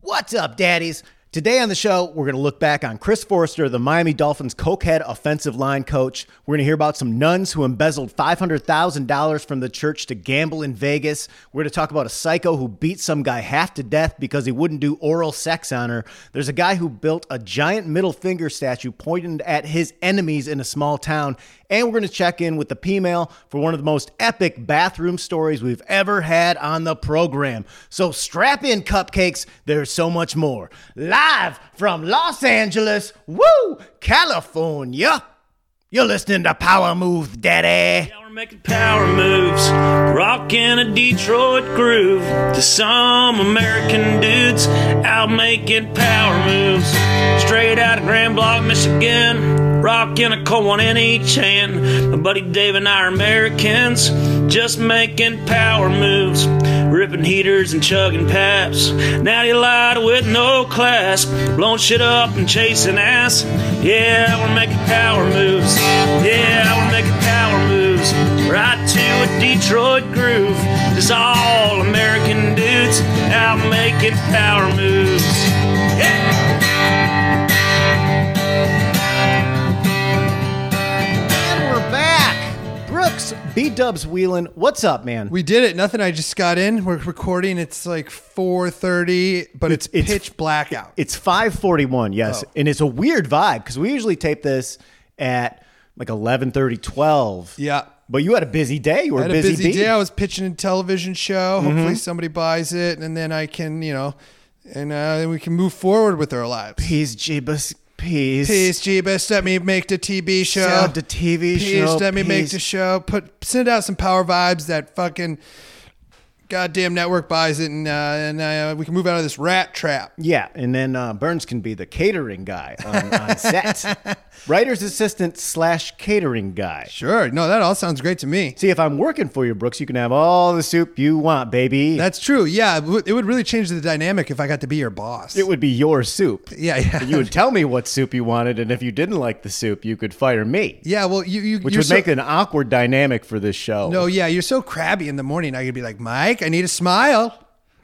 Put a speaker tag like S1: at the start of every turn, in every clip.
S1: What's up, daddies? Today on the show, we're going to look back on Chris Forrester, the Miami Dolphins cokehead offensive line coach. We're going to hear about some nuns who embezzled $500,000 from the church to gamble in Vegas. We're going to talk about a psycho who beat some guy half to death because he wouldn't do oral sex on her. There's a guy who built a giant middle finger statue pointed at his enemies in a small town. And we're going to check in with the P mail for one of the most epic bathroom stories we've ever had on the program. So strap in, cupcakes. There's so much more. Live from Los Angeles, woo, California. You're listening to Power Move, Daddy.
S2: Yeah, we're making power moves, rocking a Detroit groove to some American dudes out making power moves. Straight out of Grand Block, Michigan, rocking a cold one in each hand. My buddy Dave and I are Americans, just making power moves, ripping heaters and chugging paps. Now you lied with no class, blowing shit up and chasing ass. Yeah, we're making power moves. Yeah, we're making power moves. Right to a Detroit groove. Just all American dudes out making power moves. Yeah.
S1: And we're back. Brooks, B Dubs Wheelan, what's up, man?
S3: We did it. Nothing. I just got in. We're recording. It's like 4:30, but it's,
S1: It's-
S3: pitch black out.
S1: It's 541, yes.
S3: Oh.
S1: And it's a weird vibe because we usually tape this at like 1130, 12.
S3: Yeah.
S1: But you had a busy day. You were
S3: I had a
S1: busy,
S3: busy Mm-hmm.
S1: bee.
S3: day. I was pitching a television show. Hopefully somebody buys it and then I can, you know, and uh, then we can move forward with our lives.
S1: Peace, Jeebus, peace.
S3: Peace, Jeebus. Let me make the TV show.
S1: Sound the TV
S3: Peace,
S1: show.
S3: Let me make
S1: peace.
S3: the show. Put send out some power vibes that fucking goddamn network buys it, and uh, and uh, we can move out of this rat trap.
S1: Yeah, and then uh, Burns can be the catering guy on, on set. Writer's assistant slash catering guy.
S3: Sure. No, that all sounds great to me.
S1: See, if I'm working for you, Brooks, you can have all the soup you want, baby.
S3: That's true. Yeah, it would- it would really change the dynamic if I got to be your boss.
S1: it would be your soup.
S3: yeah, yeah.
S1: You would tell me what soup you wanted, and if you didn't like the soup, you could fire me.
S3: yeah, well, you you
S1: Which
S3: you're
S1: would
S3: so,
S1: make an awkward dynamic for this show.
S3: No, yeah, you're so crabby in the morning. I could be like, Mike, I need a smile.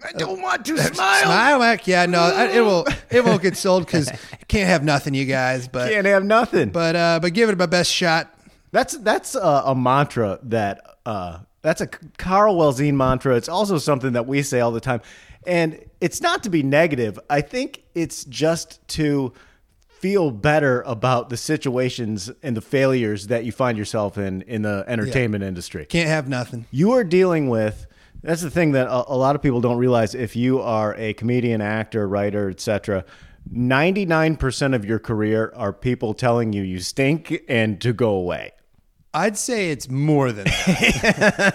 S1: I don't want to smile.
S3: Smile, Mike. Yeah, no, I, it will. It won't get sold because can't have nothing, you guys. But
S1: Can't have nothing.
S3: but uh, but give it my best shot.
S1: That's that's a, a mantra that uh, that's a Carl Welzine mantra. It's also something that we say all the time, and it's not to be negative. I think it's just to feel better about the situations and the failures that you find yourself in in the entertainment industry.
S3: Can't have nothing.
S1: You are dealing with. That's the thing that a, a lot of people don't realize. If you are a comedian, actor, writer, etc., ninety nine percent of your career are people telling you you stink and to go away.
S3: I'd say it's more than that.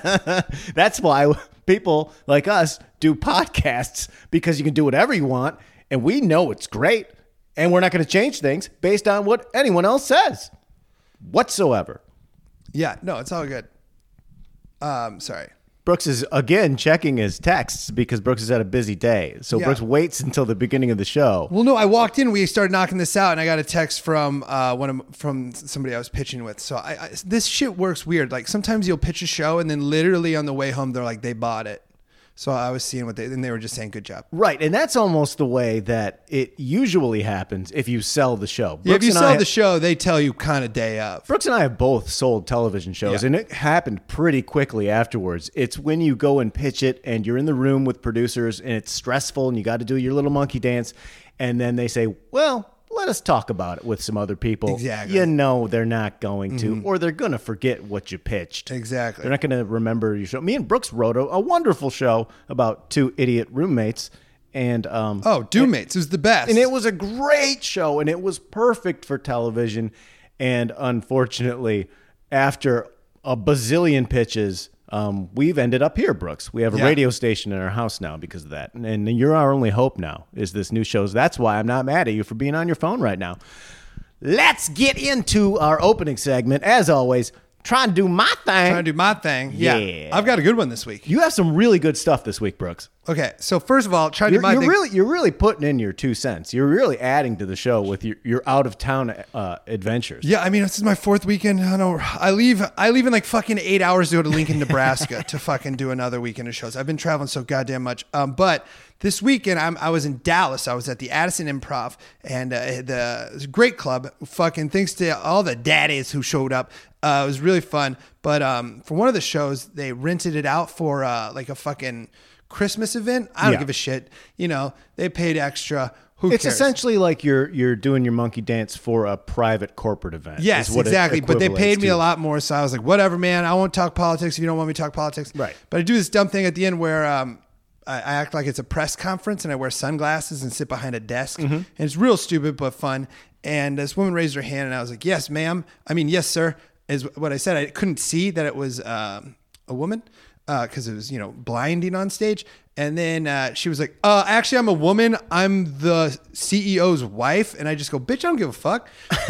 S1: That's why people like us do podcasts because you can do whatever you want and we know it's great and we're not going to change things based on what anyone else says whatsoever.
S3: yeah, no, it's all good. Um, sorry.
S1: Brooks is again checking his texts because Brooks has had a busy day. So
S3: Yeah.
S1: Brooks waits until the beginning of the show.
S3: Well, no, I walked in. We started knocking this out, and I got a text from uh, one of from somebody I was pitching with. So I, I, this shit works weird. Like sometimes you'll pitch a show, and then literally on the way home, they're like, they bought it. So I was seeing what they and they were just saying, good job.
S1: Right, and that's almost the way that it usually happens if you sell the show.
S3: Yeah, if
S1: Brooks
S3: you
S1: and
S3: sell
S1: I-
S3: the show, they tell you kind of day of.
S1: Uh, Brooks and I have both sold television shows,
S3: Yeah.
S1: and it happened pretty quickly afterwards. It's when you go and pitch it, and you're in the room with producers, and it's stressful, and you got to do your little monkey dance, and then they say, "Well, let us talk about it with some other people."
S3: Exactly. Mm-hmm.
S1: You know, they're not going to, or they're going to forget what you pitched.
S3: Exactly.
S1: They're not going to remember your show. Me and Brooks wrote a, a wonderful show about two idiot roommates, and um,
S3: Oh, Doommates was the best.
S1: and it was a great show, and it was perfect for television. And unfortunately, after a bazillion pitches, um, we've ended up here, Brooks. We have a
S3: Yeah.
S1: radio station in our house now because of that. And, and you're our only hope now is this new shows. That's why I'm not mad at you for being on your phone right now. Let's get into our opening segment. As always, try and do my thing.
S3: trying to do my thing. Yeah.
S1: Yeah.
S3: I've got a good one this week.
S1: you have some really good stuff this week, Brooks.
S3: Okay, so first of all, try to
S1: You're,
S3: my
S1: you're
S3: thing.
S1: really, you're really putting in your two cents. You're really adding to the show with your, your out of town uh, adventures.
S3: Yeah, I mean, this is my fourth weekend. I don't. I leave. I leave in like fucking eight hours to go to Lincoln, Nebraska, to fucking do another weekend of shows. I've been traveling so goddamn much. Um, but this weekend, I'm, I was in Dallas. I was at the Addison Improv and uh, the it was a great club. Fucking thanks to all the daddies who showed up. Uh, it was really fun. But um, for one of the shows, they rented it out for uh, like a fucking Christmas event. I don't
S1: Yeah.
S3: give a shit. You know, they paid extra. Who
S1: It's
S3: cares?
S1: essentially like you're you're doing your monkey dance for a private corporate event.
S3: Yes,
S1: is what it
S3: exactly. But they
S1: equivalates
S3: paid me
S1: to.
S3: a lot more, so I was like, whatever, man. I won't talk politics if you don't want me to talk politics.
S1: Right.
S3: But I do this dumb thing at the end where um, I, I act like it's a press conference and I wear sunglasses and sit behind a desk,
S1: Mm-hmm.
S3: and it's real stupid but fun. And this woman raised her hand, and I was like, "Yes, ma'am. I mean, yes, sir." Is what I said. I couldn't see that it was um, a woman because it was you know blinding on stage. And then uh, she was like, uh, "Actually, I'm a woman. I'm the CEO's wife." And I just go, "Bitch, I don't give a fuck."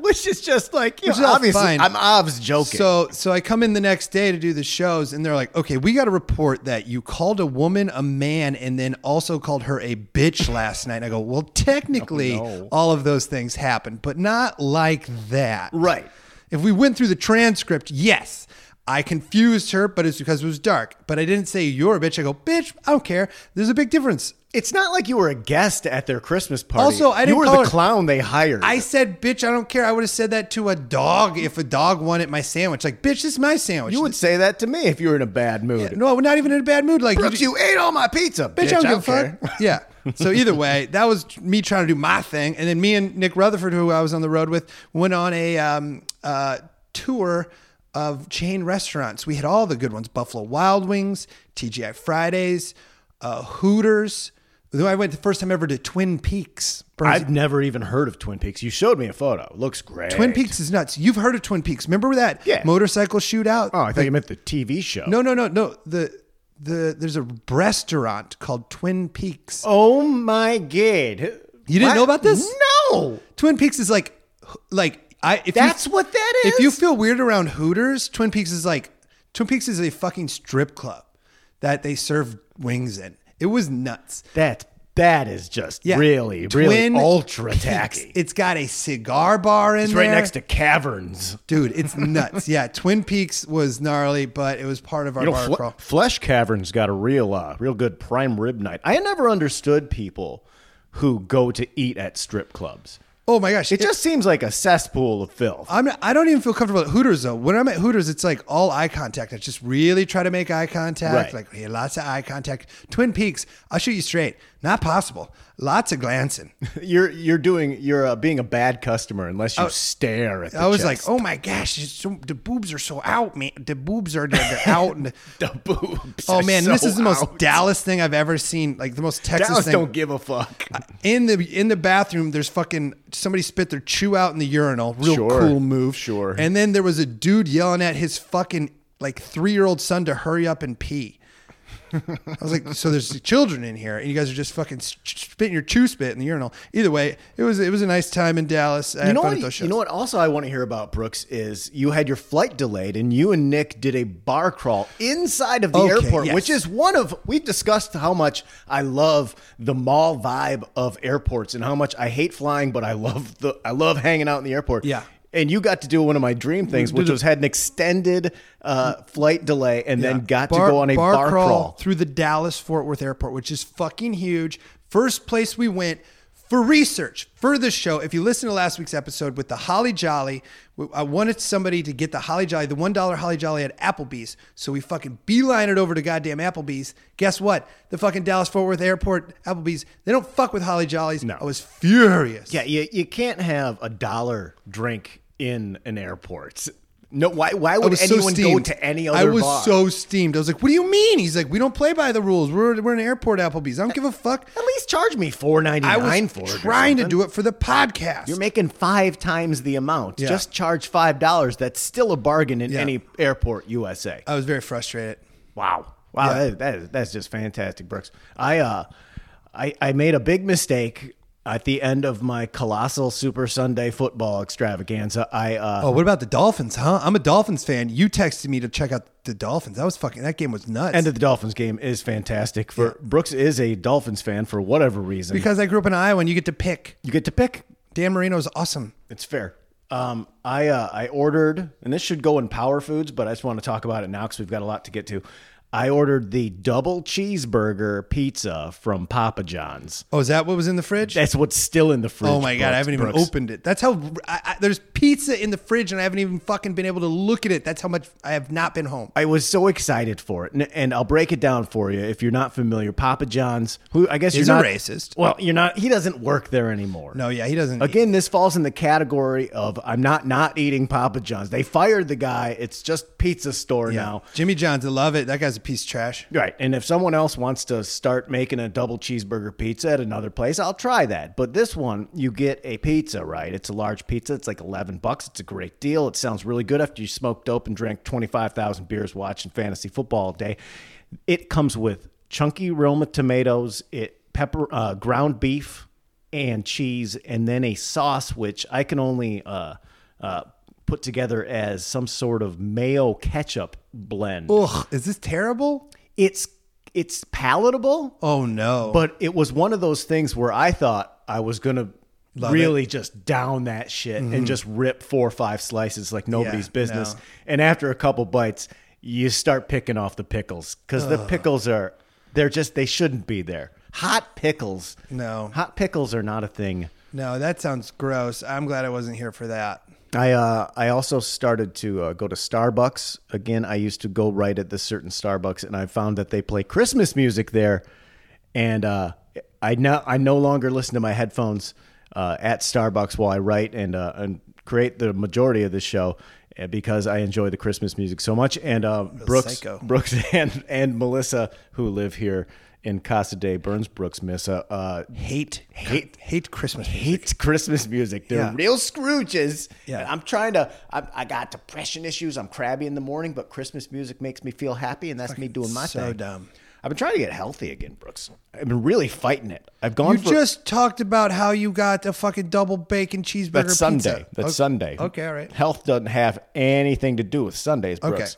S1: Which is just like you
S3: Which
S1: know,
S3: is all
S1: obviously
S3: fine.
S1: I'm obviously joking.
S3: So so I come in the next day to do the shows, and they're like, "Okay, we got to report that you called a woman a man, and then also called her a bitch last night." And I go, "Well, technically,
S1: Oh,
S3: all of those things happened, but not like that,
S1: Right.
S3: If we went through the transcript, yes." I confused her, but it's because it was dark. But I didn't say you're a bitch. I go, bitch, I don't care. There's a big difference.
S1: it's not like you were a guest at their Christmas party.
S3: Also, I didn't
S1: you were
S3: call
S1: the
S3: her-
S1: clown they hired.
S3: I said, bitch, I don't care. I would have said that to a dog if a dog wanted my sandwich. Like, bitch, this is my sandwich.
S1: you would say that to me if you were in a bad mood.
S3: No, we're not even in a bad mood. Like,
S1: Brooks, you ate all my pizza, bitch.
S3: bitch, I don't give a
S1: care.
S3: fuck. Yeah. So either way, that was me trying to do my thing, and then me and Nick Rutherford, who I was on the road with, went on a um, uh, tour of chain restaurants. We had all the good ones: Buffalo Wild Wings, TGI Fridays, uh, Hooters. Though I went the first time ever to Twin Peaks. Burns-
S1: I've never even heard of Twin Peaks. You showed me a photo. Looks great.
S3: Twin Peaks is nuts. You've heard of Twin Peaks? Remember that
S1: Yeah.
S3: motorcycle shootout?
S1: Oh, I thought you meant the TV show.
S3: No, no, no, no. The the there's a restaurant called Twin Peaks.
S1: Oh my god.
S3: You didn't know about this?
S1: No.
S3: Twin Peaks is like, like I. If
S1: That's
S3: you,
S1: what that is.
S3: If you feel weird around Hooters, Twin Peaks is like, Twin Peaks is a fucking strip club that they serve wings in. It was nuts.
S1: that that is just
S3: Yeah,
S1: really, really
S3: Twin
S1: ultra
S3: Peaks.
S1: tacky.
S3: It's got a cigar bar in
S1: It's
S3: there.
S1: right next to caverns.
S3: Dude, it's nuts. yeah, Twin Peaks was gnarly, but it was part of our
S1: You
S3: bar
S1: know, fle-
S3: crawl.
S1: Flesh Cavern's got a real, uh, real good prime rib night. I never understood people who go to eat at strip clubs.
S3: Oh my gosh,
S1: It just seems like a cesspool of filth.
S3: I'm not, I don't even feel comfortable at Hooters though. When I'm at Hooters, it's like all eye contact. I just really try to make eye contact.
S1: Right.
S3: Like hey, lots of eye contact. Twin Peaks, I'll shoot you straight. Not possible. Lots of glancing.
S1: You're you're doing you're uh, being a bad customer unless you stare at. The
S3: I was
S1: chest.
S3: like, oh my gosh, it's so, the boobs are so out, man. The boobs are they're, they're out. And,
S1: the boobs.
S3: oh
S1: are
S3: man, this
S1: so
S3: is the most
S1: out.
S3: Dallas thing I've ever seen. Like the most Texas
S1: Dallas
S3: thing.
S1: don't give a fuck.
S3: in the in the bathroom there's fucking somebody spit their chew out in the urinal real
S1: Sure.
S3: cool move
S1: Sure.
S3: and then there was a dude yelling at his fucking like three-year-old son to hurry up and pee i was like so there's children in here and you guys are just fucking s- spitting your chew spit in the urinal either way it was it was a nice time in dallas I
S1: You
S3: had
S1: know,
S3: fun
S1: what,
S3: at those shows
S1: you know what also I want to hear about Brooks is you had your flight delayed and you and Nick did a bar crawl inside of the
S3: Okay,
S1: airport,
S3: yes.
S1: which is one of we've discussed how much I love the mall vibe of airports and how much I hate flying, but I love the I love hanging out in the airport.
S3: Yeah.
S1: And you got to do one of my dream things, which was had an extended uh, flight delay and then got to go on a bar, crawl.
S3: through the Dallas Fort Worth airport, which is fucking huge. First place we went for research for this show. If you listen to last week's episode with the Holly Jolly, we- I wanted somebody to get the Holly Jolly, the $1 Holly Jolly at Applebee's. So we fucking beeline it over to goddamn Applebee's. Guess what? The fucking Dallas Fort Worth airport, Applebee's, they don't fuck with Holly Jollies. No. I was furious.
S1: Yeah, you, you can't have a dollar drink in an airport. No, why why
S3: I
S1: would
S3: was so
S1: anyone go
S3: steamed.
S1: to any other
S3: I was
S1: bar?
S3: so steamed. I was like, "What do you mean?" He's like, "We don't play by the rules. We're we're an airport Applebee's. I don't give a fuck."
S1: At least charge me four ninety
S3: I was
S1: nine for it. or
S3: trying to
S1: something.
S3: do it for the podcast.
S1: You're making five times the amount.
S3: Yeah.
S1: Just charge five dollars. That's still a bargain in
S3: Yeah.
S1: any airport, USA.
S3: I was very frustrated.
S1: wow, wow,
S3: Yeah.
S1: that, that is, that's just fantastic, Brooks. I uh, I I made a big mistake at the end of my colossal Super Sunday football extravaganza, I uh,
S3: Oh, what about the Dolphins, huh? I'm a Dolphins fan. You texted me to check out the Dolphins. That was fucking. That game was nuts.
S1: end of the Dolphins game is fantastic. For Brooks is a Dolphins fan for whatever reason.
S3: because I grew up in Iowa, and you get to pick.
S1: you get to pick.
S3: Dan Marino's awesome.
S1: It's fair. Um, I uh, I ordered, and this should go in Power Foods, but I just want to talk about it now because we've got a lot to get to. I ordered the double cheeseburger pizza from Papa John's.
S3: Oh, is that what was in the fridge?
S1: That's what's still in the fridge.
S3: Oh my god, I
S1: Brooks-
S3: haven't even
S1: Brooks.
S3: opened it. That's how I, I, there's pizza in the fridge, and I haven't even fucking been able to look at it. That's how much I have not been home.
S1: I was so excited for it, and, and I'll break it down for you if you're not familiar. Papa John's, who I guess
S3: He's
S1: you're
S3: a
S1: not
S3: racist.
S1: Well, you're not. He doesn't work there anymore.
S3: No, yeah, he doesn't.
S1: Again, this falls in the category of I'm not not eating Papa John's. They fired the guy. It's just pizza store
S3: Yeah.
S1: now.
S3: Jimmy John's, I love it. That guy's a piece of trash.
S1: Right. And if someone else wants to start making a double cheeseburger pizza at another place, I'll try that. But this one, you get a pizza, right? It's a large pizza. It's like 11 bucks. It's a great deal. It sounds really good after you smoke dope and drank 25,000 beers watching fantasy football all day. It comes with chunky Roma tomatoes, it pepper uh, ground beef and cheese and then a sauce which I can only uh, uh, put together as some sort of mayo ketchup blend
S3: Ugh, is this terrible?
S1: it's it's palatable,
S3: Oh no.
S1: but it was one of those things where I thought I was gonna really just down that shit and just rip four or five slices like nobody's
S3: Mm-hmm. Yeah,
S1: business.
S3: no.
S1: And after a couple bites, you start picking off the pickles because the pickles are they're just they shouldn't be there. Hot pickles,
S3: No.
S1: hot pickles are not a thing.
S3: no, that sounds gross. I'm glad I wasn't here for that.
S1: I uh, I also started to uh, go to Starbucks again. I used to go right at this certain Starbucks, and I found that they play Christmas music there, and uh, I now I no longer listen to my headphones uh, at Starbucks while I write and uh, and create the majority of the show uh, because I enjoy the Christmas music so much. And uh, Brooks
S3: psycho.
S1: Brooks and and Melissa who live here in Casa de Burns Brooks Mesa uh,
S3: Hate,
S1: Hate-
S3: hate Christmas.
S1: hates Christmas music. They're
S3: Yeah.
S1: real Scrooges.
S3: Yeah.
S1: And I'm trying to. I, I got depression issues. I'm crabby in the morning, but Christmas music makes me feel happy, and that's me doing my
S3: so
S1: thing.
S3: dumb.
S1: I've been trying to get healthy again, Brooks. I've been really fighting it. I've gone
S3: You
S1: for
S3: just talked about how you got a fucking double bacon cheeseburger.
S1: that's Sunday.
S3: pizza.
S1: That's
S3: Okay.
S1: Sunday.
S3: Okay, all right.
S1: Health doesn't have anything to do with Sundays, Brooks.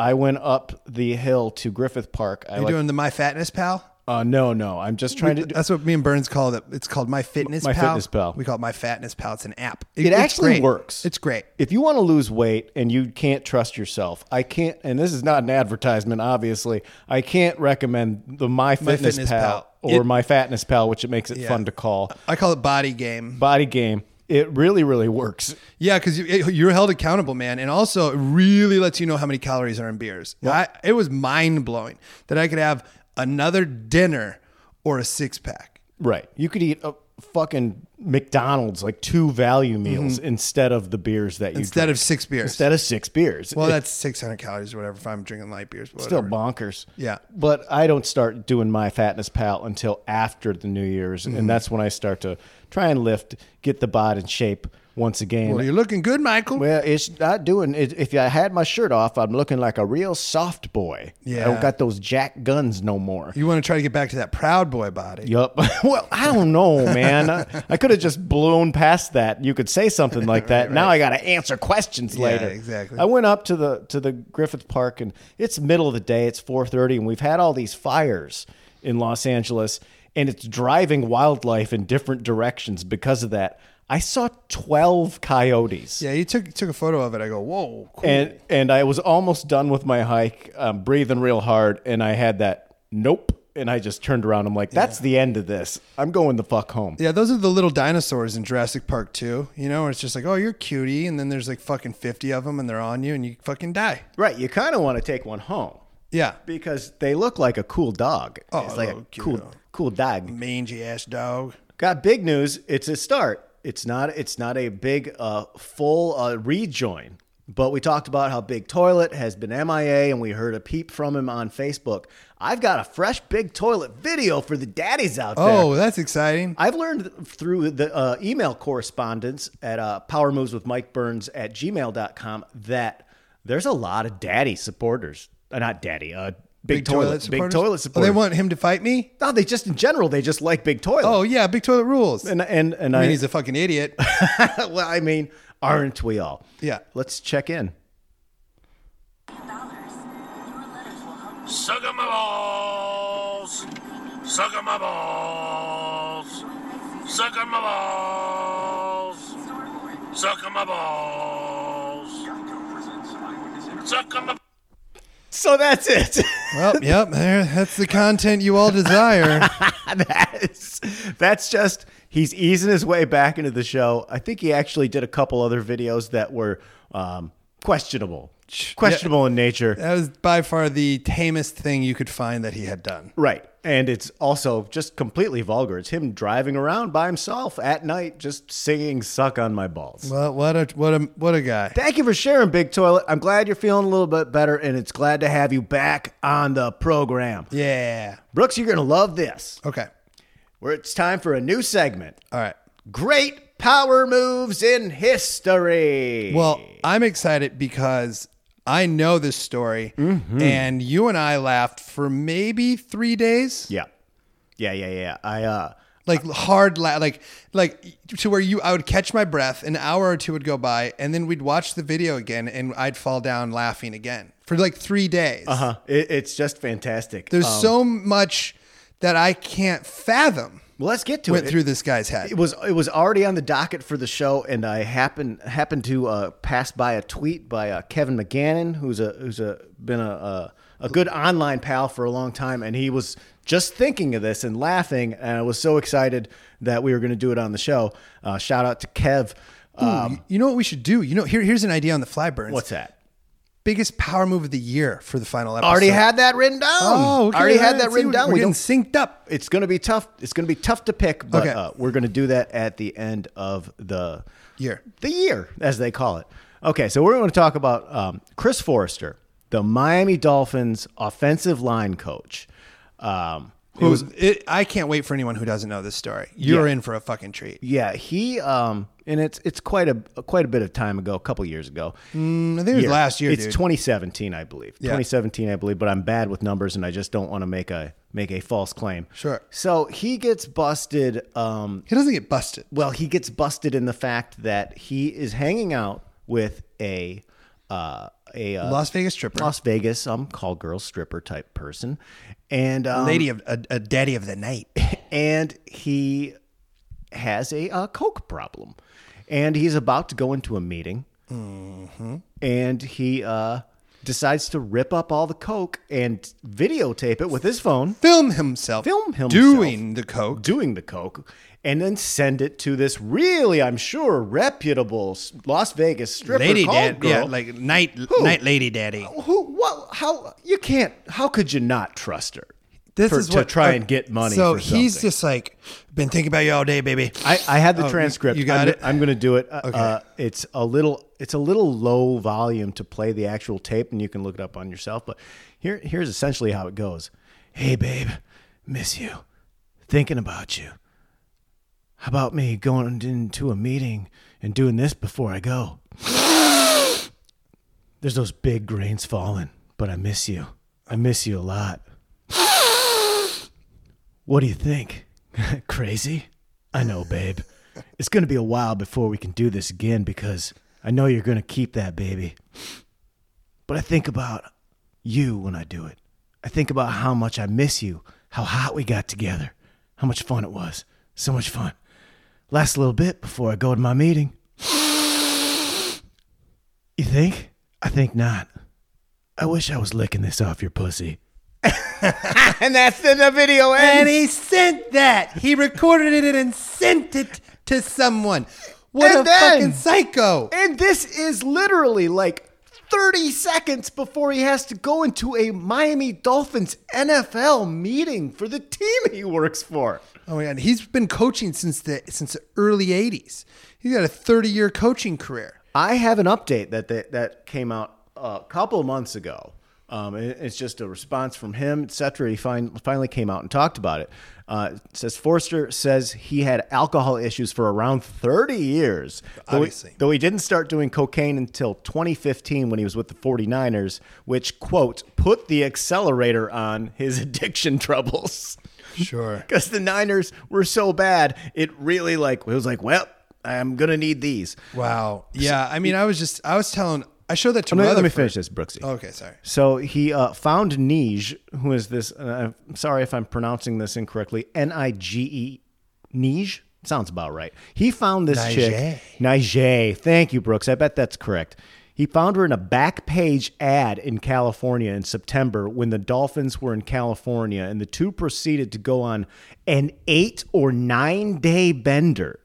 S1: I went up the hill to Griffith Park. I
S3: You
S1: like,
S3: doing the My Fatness Pal?
S1: uh, no, no. I'm just trying to. Do,
S3: That's what me and Burns called it. It's called My Fitness
S1: My
S3: Pal.
S1: Fitness Pal.
S3: We call it My Fatness Pal. It's an app.
S1: It
S3: it's
S1: actually
S3: great.
S1: works.
S3: It's great.
S1: if you want to lose weight and you can't trust yourself, I can't. And this is not an advertisement, obviously. I can't recommend the My Fitness,
S3: Fitness
S1: Pal,
S3: Pal.
S1: or
S3: It-
S1: My Fatness Pal, which it makes it
S3: Yeah.
S1: fun to call
S3: I call it Body Game.
S1: body game. It really, really works.
S3: Yeah, because you, you're held accountable, man, and also it really lets you know how many calories are in beers. I, it was mind blowing that I could have another dinner or a six pack.
S1: Right. You could eat a fucking McDonald's like two value meals instead of the beers that you
S3: Mm-hmm. Instead
S1: drink.
S3: of six beers.
S1: instead of six beers.
S3: well,
S1: It's
S3: that's 600 calories or whatever if I'm drinking light beers. but
S1: still
S3: whatever.
S1: bonkers.
S3: Yeah.
S1: But I don't start doing my fatness pal until after the New Year's,
S3: Mm-hmm.
S1: and that's when I start to try and lift, get the bod in shape once again.
S3: Well, you're looking good, Michael.
S1: Well, it's not doing. It, if I had my shirt off, I'm looking like a real soft boy. I don't
S3: Yeah.
S1: got those jack guns no more.
S3: you want to try to get back to that proud boy body.
S1: Yup. well, I don't know, man. I, I could have just blown past that. You could say something like that. Now I got to answer questions later.
S3: exactly.
S1: I went up to the to the Griffith Park, and it's middle of the day. It's four thirty, and we've had all these fires in Los Angeles, and it's driving wildlife in different directions because of that. I saw twelve coyotes.
S3: Yeah, you took took a photo of it. I go, whoa, cool.
S1: And and I was almost done with my hike, um, breathing real hard, and I had that nope, and I just turned around. I'm like, that's the end of this. I'm going the fuck home.
S3: Yeah, those are the little dinosaurs in Jurassic Park too. You know, where it's just like, oh, you're cutie, and then there's like fucking fifty of them, and they're on you, and you fucking die.
S1: Right, you kind of want to take one home
S3: Yeah,
S1: because they look like a cool dog. Oh, it's like a
S3: oh, cute
S1: cool
S3: dog.
S1: cool dog.
S3: mangy ass dog.
S1: Got big news. It's a start. It's not it's not a big uh, full uh, rejoin. But we talked about how Big Toilet has been MIA and we heard a peep from him on Facebook. I've got a fresh Big Toilet video for the daddies out there.
S3: Oh, that's exciting.
S1: I've learned through the uh, email correspondence at uh, powermoveswithmikeburns at gmail.com that there's a lot of daddy supporters. Uh, not daddy, uh, Big, toilet, big
S3: supporters?
S1: toilet
S3: Oh,
S1: supporters.
S3: they want him to fight me?
S1: no, they just in general they just like big toilet.
S3: Oh yeah, big toilet rules.
S1: and and and
S3: I
S1: I,
S3: mean, he's a fucking idiot.
S1: well, I mean, aren't we all?
S3: Yeah.
S1: Let's check in.
S2: Suck on my balls. Suck on my balls. Suck on my balls. Suck on my balls. Suck on my
S1: So that's it.
S3: well, yep, there, that's the content you all desire.
S1: that's that's just he's easing his way back into the show. I think he actually did a couple other videos that were um, questionable, questionable in nature.
S3: that was by far the tamest thing you could find that he had done.
S1: Right. And it's also just completely vulgar. It's him driving around by himself at night, just singing "Suck on My Balls."
S3: Well, what a what a what a guy.
S1: Thank you for sharing, Big Toilet. I'm glad you're feeling a little bit better, and it's glad to have you back on the program.
S3: Yeah.
S1: Brooks, you're gonna love this.
S3: Okay.
S1: Where it's time for a new segment.
S3: All right.
S1: Great power moves in history.
S3: Well, I'm excited because I know this story,
S1: Mm-hmm.
S3: and you and I laughed for maybe three days.
S1: yeah, yeah, yeah, yeah. I uh,
S3: like hard la- like like to where you I would catch my breath an hour or two would go by and then we'd watch the video again and I'd fall down laughing again for like 3 days.
S1: huh, it, it's just fantastic.
S3: There's
S1: Uh,
S3: so much that I can't fathom
S1: well, Uh, let's get to
S3: went
S1: it.
S3: through this guy's head.
S1: It was it was already on the docket for the show, and I happened happened to uh, pass by a tweet by uh, Kevin McGannon, who's a who's a been a, a a good online pal for a long time, and he was just thinking of this and laughing, and I was so excited that we were going to do it on the show. Uh, shout out to Kev.
S3: Hmm,
S1: Um,
S3: You- you know what we should do? You know here here's an idea on the fly burns.
S1: what's that?
S3: biggest power move of the year for the final episode?
S1: Already had that written down.
S3: Oh, okay.
S1: already
S3: all
S1: had
S3: right.
S1: that
S3: See,
S1: written
S3: we're
S1: down.
S3: We're
S1: We
S3: getting
S1: don't
S3: synced up.
S1: it's going to be tough. It's going to be tough to pick, but
S3: Okay.
S1: uh, we're going to do that at the end of the
S3: Year.
S1: the year as they call it. Okay, so we're going to talk about um, Chris Forrester, the Miami Dolphins offensive line coach. Um,
S3: It was, it, I can't wait for anyone who doesn't know this story. You're in for a fucking treat.
S1: yeah, he um, and it's it's quite a quite a bit of time ago, a couple years ago.
S3: Mm, I think it was
S1: Yeah.
S3: last year,
S1: It's
S3: dude.
S1: 2017, I believe. 2017, I believe. But I'm bad with numbers, and I just don't want to make a make a false claim.
S3: Sure.
S1: So he gets busted. Um,
S3: he doesn't get busted.
S1: well, he gets busted in the fact that he is hanging out with a uh, a uh,
S3: Las Vegas stripper.
S1: Las Vegas, um, call girl stripper type person, and um,
S3: lady of a, a daddy of the night.
S1: and he has a uh, coke problem, and he's about to go into a meeting, and he uh, decides to rip up all the coke and videotape it with his phone,
S3: Film himself.
S1: Film himself.
S3: Doing the coke.
S1: doing the coke, and then send it to this really, I'm sure, reputable s- Las Vegas stripper
S3: Lady
S1: call
S3: dad.
S1: girl.
S3: Yeah, like night night lady daddy.
S1: who? What? How? You can't. How could you not trust her?
S3: This
S1: for-
S3: is
S1: to
S3: what,
S1: try and get money
S3: So
S1: for
S3: he's
S1: something.
S3: just like been thinking about you all day, baby.
S1: I, I had the
S3: Oh, you-
S1: transcript.
S3: you got
S1: I'm,
S3: it?
S1: I'm going to do it. Okay. Uh, it's a little it's a little low volume to play the actual tape, and you can look it up on yourself. But here here's essentially how it goes. Hey, babe, miss you. Thinking about you. How about me going into a meeting and doing this before I go? There's those big grains falling, but I miss you. I miss you a lot. What do you think? Crazy? I know, babe. It's going to be a while before we can do this again because I know you're going to keep that baby. But I think about you when I do it. I think about how much I miss you, how hot we got together, how much fun it was. So much fun. Last little bit before I go to my meeting. You think? I think not. I wish I was licking this off your pussy. and that's in the video ends.
S3: and he sent that. He recorded it and sent it to someone. What
S1: And
S3: a
S1: then-
S3: fucking psycho.
S1: And this is literally like 30 seconds before he has to go into a Miami Dolphins NFL meeting for the team he works for.
S3: Oh my god. He's been coaching since the since the early eighties. He's got a thirty year coaching career.
S1: I have an update that that, that came out a couple months ago Um, it- it's just a response from him, etc. He fin- finally came out and talked about it. Uh, it says Forster says he had alcohol issues for around 30 years. Though he,
S3: Obviously.
S1: though he didn't start doing cocaine until 2015 when he was with the 49ers, which, quote, put the accelerator on his addiction troubles.
S3: Sure.
S1: because the Niners were so bad, it really like it was like, well, I'm gonna need these.
S3: Wow. Yeah. I mean, I was just, I was telling, I showed that to
S1: Let
S3: my
S1: me,
S3: other
S1: let me
S3: friend.
S1: finish this, Brooksy.
S3: Okay, sorry.
S1: So he uh, found Nige, who is this? Uh, I'm sorry if I'm pronouncing this incorrectly. N i g e, Nige sounds about right. He found this chick, Nige. Thank you, Brooks. I bet that's correct. He found her in a back page ad in California in September when the Dolphins were in California, and the two proceeded to go on an eight or nine day bender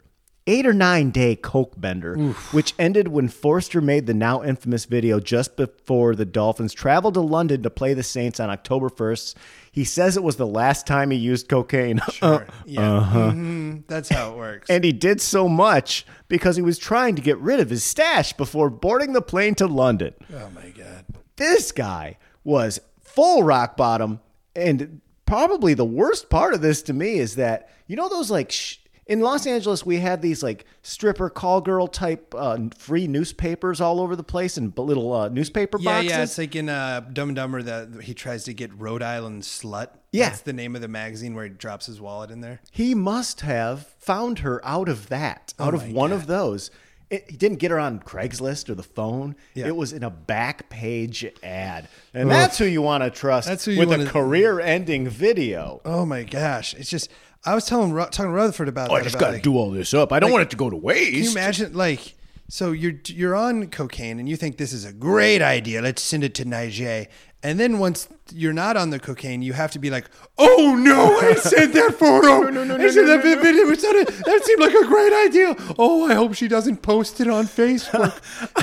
S1: eight or nine day coke bender, which ended when Forster made the now infamous video just before the Dolphins traveled to London to play the Saints on October 1st. He says it was the last time he used cocaine.
S3: Sure. Yeah. Mhm. That's how it works.
S1: and he did so much because he was trying to get rid of his stash before boarding the plane to London.
S3: oh my god.
S1: This guy was full rock bottom and probably the worst part of this to me is that you know those like sh- in Los Angeles we had these like stripper call girl type uh, free newspapers all over the place and b- little uh, newspaper
S3: Yeah,
S1: boxes.
S3: yeah. It's like in uh, Dumb and Dumber that he tries to get Rhode Island slut.
S1: Yeah.
S3: That's the name of the magazine where he drops his wallet in there.
S1: He must have found her out of that,
S3: Oh
S1: out of one of those. It, he didn't get her on Craigslist or the phone.
S3: Yeah.
S1: It was in a back page ad, and that's who you want to trust
S3: That's who you
S1: with a
S3: wanna-
S1: career-ending video.
S3: Oh my gosh. It's just I was telling Ru- talking to Rutherford about
S1: Oh,
S3: that. about, like,
S1: all this up. I don't want it to go to
S3: Can you
S1: waste.
S3: imagine like so you're you're on cocaine and you think this is a great idea. Let's send it to Niger. And then once you're not on the cocaine, you have to be like, "Oh no, I sent that photo. No, no, no, I sent that video. It's not a- that seemed like a great idea. Oh, I hope she doesn't post it on Facebook."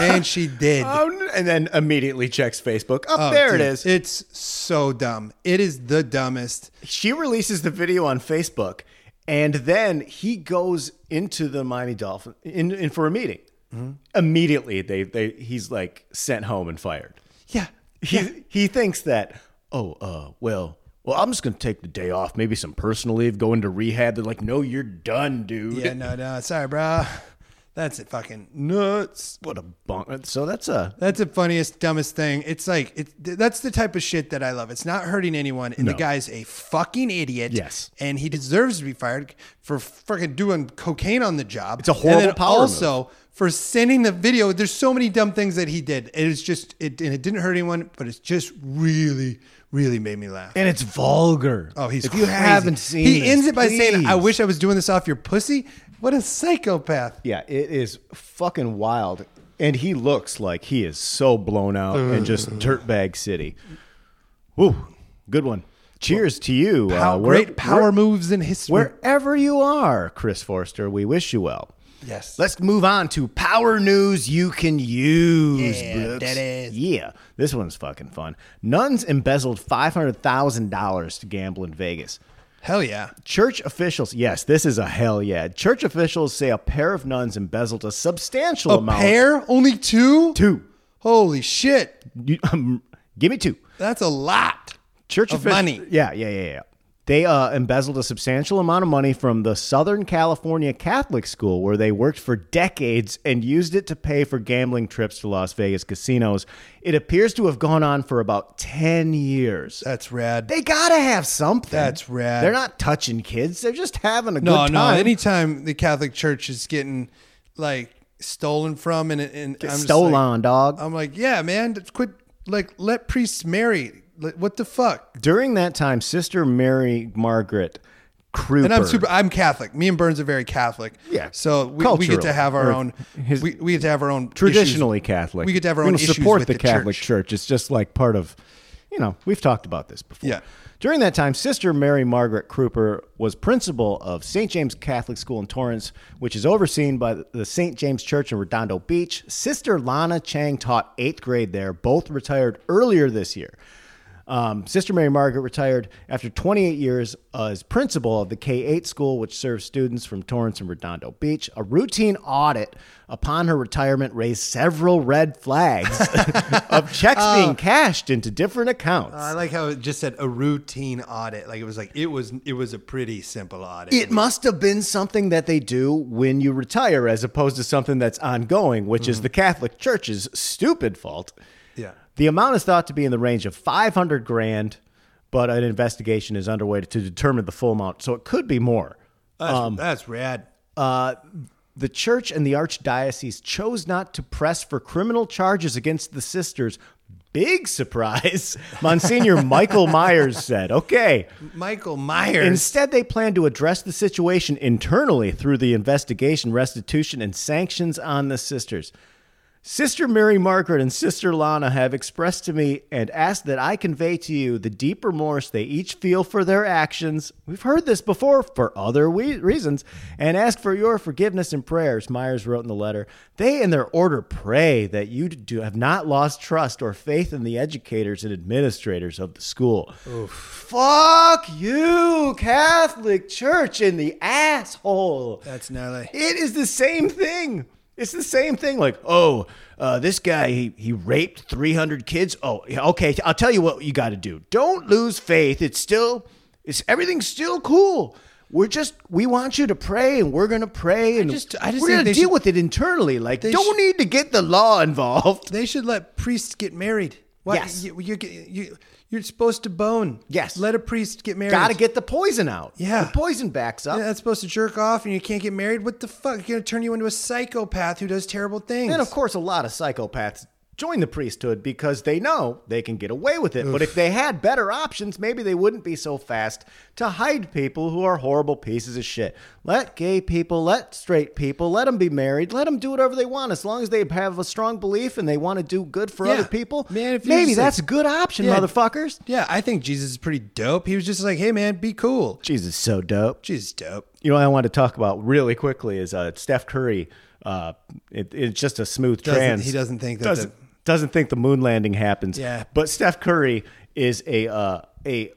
S3: and she did.
S1: Um, and then immediately checks Facebook. Up there
S3: Oh, Dude,
S1: it is.
S3: It's so dumb. It is the dumbest.
S1: she releases the video on Facebook, and then he goes into the Miami Dolphin in, in for a meeting.
S3: Mm-hmm.
S1: Immediately, they they he's like sent home and fired.
S3: Yeah.
S1: He he thinks that oh uh well well I'm just gonna take the day off, maybe some personal leave, go into rehab. They're like, no, you're done, dude.
S3: Yeah, no, no. Sorry, bro. That's it fucking nuts.
S1: What a bunk. So that's a
S3: That's the funniest, dumbest thing. It's like it, th- that's the type of shit that I love. It's not hurting anyone, and the
S1: No.
S3: guy's a fucking idiot.
S1: Yes.
S3: and he deserves to be fired for fucking doing cocaine on the job. It's
S1: a horrible
S3: and then
S1: power
S3: Also, for sending the video. There's so many dumb things that he did. It was just it, and it didn't hurt anyone, but it's just really, really made me laugh.
S1: and it's vulgar.
S3: Oh, he's
S1: if you
S3: crazy.
S1: haven't seen,
S3: He
S1: this,
S3: ends it by saying, "I
S1: please."
S3: wish I was doing this off your pussy." What a psychopath!
S1: Yeah, it is fucking wild. And he looks like he is so blown out and just dirtbag city. Woo, good one. Cheers to you. uh,
S3: How
S1: where-
S3: great power
S1: where-
S3: moves in history.
S1: Wherever you are, Chris Forster, we wish you well.
S3: yes,
S1: Let's move on to power news you can use.
S3: Yeah,
S1: Brooks.
S3: that is.
S1: Yeah, this one's fucking fun. Nuns embezzled $500,000 to gamble in Vegas.
S3: hell yeah.
S1: Church officials, yes, this is a hell yeah. Church officials say a pair of nuns embezzled a substantial
S3: A
S1: amount.
S3: pair? Only two?
S1: Two.
S3: Holy shit.
S1: You, um, give me two.
S3: That's a lot.
S1: Church
S3: Of
S1: offici-
S3: money.
S1: Yeah, yeah, yeah, yeah. They uh, embezzled a substantial amount of money from the Southern California Catholic School, where they worked for decades, and used it to pay for gambling trips to Las Vegas casinos. It appears to have gone on for about ten years.
S3: That's rad.
S1: They gotta have something.
S3: That's rad.
S1: They're not touching kids. They're just having a
S3: no,
S1: good
S3: no.
S1: time.
S3: Anytime the Catholic Church is getting like stolen from and, and I'm just
S1: Stolen,
S3: like,
S1: dog.
S3: I'm like, yeah, man, just quit. Like, let priests marry. Like, What the fuck?
S1: During that time, Sister Mary Margaret Kruger.
S3: And I'm super. I'm Catholic. Me and Burns are very Catholic.
S1: Yeah.
S3: So we, we get
S1: Culturally,
S3: to have our
S1: or
S3: own.
S1: his-
S3: we, we get to have our own. issues.
S1: traditionally Catholic.
S3: We get to have our
S1: We're
S3: own
S1: gonna
S3: issues
S1: support
S3: with
S1: the,
S3: the
S1: Catholic
S3: church.
S1: Church. It's just like part of, you know, we've talked about this before.
S3: Yeah.
S1: During that time, Sister Mary Margaret Kruper was principal of St. James Catholic School in Torrance, which is overseen by the St. James Church in Redondo Beach. Sister Lana Chang taught eighth grade there. Both retired earlier this year. Um, Sister Mary Margaret retired after 28 years as principal of the K 8 school, which serves students from Torrance and Redondo Beach. A routine audit upon her retirement raised several red flags of checks being cashed into different accounts.
S4: I like how it just said a routine audit. Like it was like it was it was a pretty simple audit.
S1: It must have been something that they do when you retire as opposed to something that's ongoing, which is the Catholic Church's stupid fault.
S4: yeah.
S1: The amount is thought to be in the range of 500 grand, but an investigation is underway to determine the full amount, so it could be more.
S4: That's,
S1: Um,
S4: that's rad.
S1: The church and the archdiocese chose not to press for criminal charges against the sisters. Big surprise, Monsignor Michael Myers said. Okay.
S4: Michael Myers.
S1: Instead, they plan to address the situation internally through the investigation, restitution, and sanctions on the sisters. Sister Mary Margaret and Sister Lana have expressed to me and asked that I convey to you the deep remorse they each feel for their actions. We've heard this before for other we- reasons and ask for your forgiveness and prayers, Myers wrote in the letter. They and their order pray that you do have not lost trust or faith in the educators and administrators of the school. Fuck you, Catholic Church in the asshole.
S3: That's gnarly.
S1: It is the same thing. It's the same thing. Like, oh, uh, this guy he he raped three hundred kids. Oh, yeah, okay. I'll tell you what you got to do. Don't lose faith. It's still, it's everything's still cool. We're just we want you to pray, and we're gonna pray, and
S3: just- I just
S1: we're
S3: think
S1: gonna
S3: they
S1: deal
S3: should-
S1: with it internally. Like, don't
S3: should-
S1: need to get the law involved.
S3: They should let priests get married. Why,
S1: Yes.
S3: You, you, you, you're supposed to bone.
S1: Yes.
S3: Let a priest get married.
S1: Got to get the poison out.
S3: Yeah.
S1: the poison backs up.
S3: Yeah, that's supposed to jerk off and you can't get married. What the fuck? It's going to turn you into a psychopath who does terrible things.
S1: And of course, a lot of psychopaths join the priesthood because they know they can get away with it. But if they had better options, maybe they wouldn't be so fast to hide people who are horrible pieces of shit. Let gay people, let straight people, let them be married, let them do whatever they want as long as they have a strong belief and they want to do good for
S3: Yeah.
S1: other people.
S3: Man, if you're
S1: maybe
S3: just like-
S1: that's a good option,
S3: Yeah.
S1: motherfuckers.
S3: Yeah, I think Jesus is pretty dope. He was just like, hey, man, be cool.
S1: Jesus, is so dope.
S3: Jesus is dope.
S1: You know what I want to talk about really quickly is uh, Steph Curry. Uh, it, it's just a smooth
S3: Doesn't-
S1: trans.
S3: he doesn't think that
S1: doesn't, doesn't think the moon landing happens.
S3: Yeah.
S1: but Steph Curry is a uh, a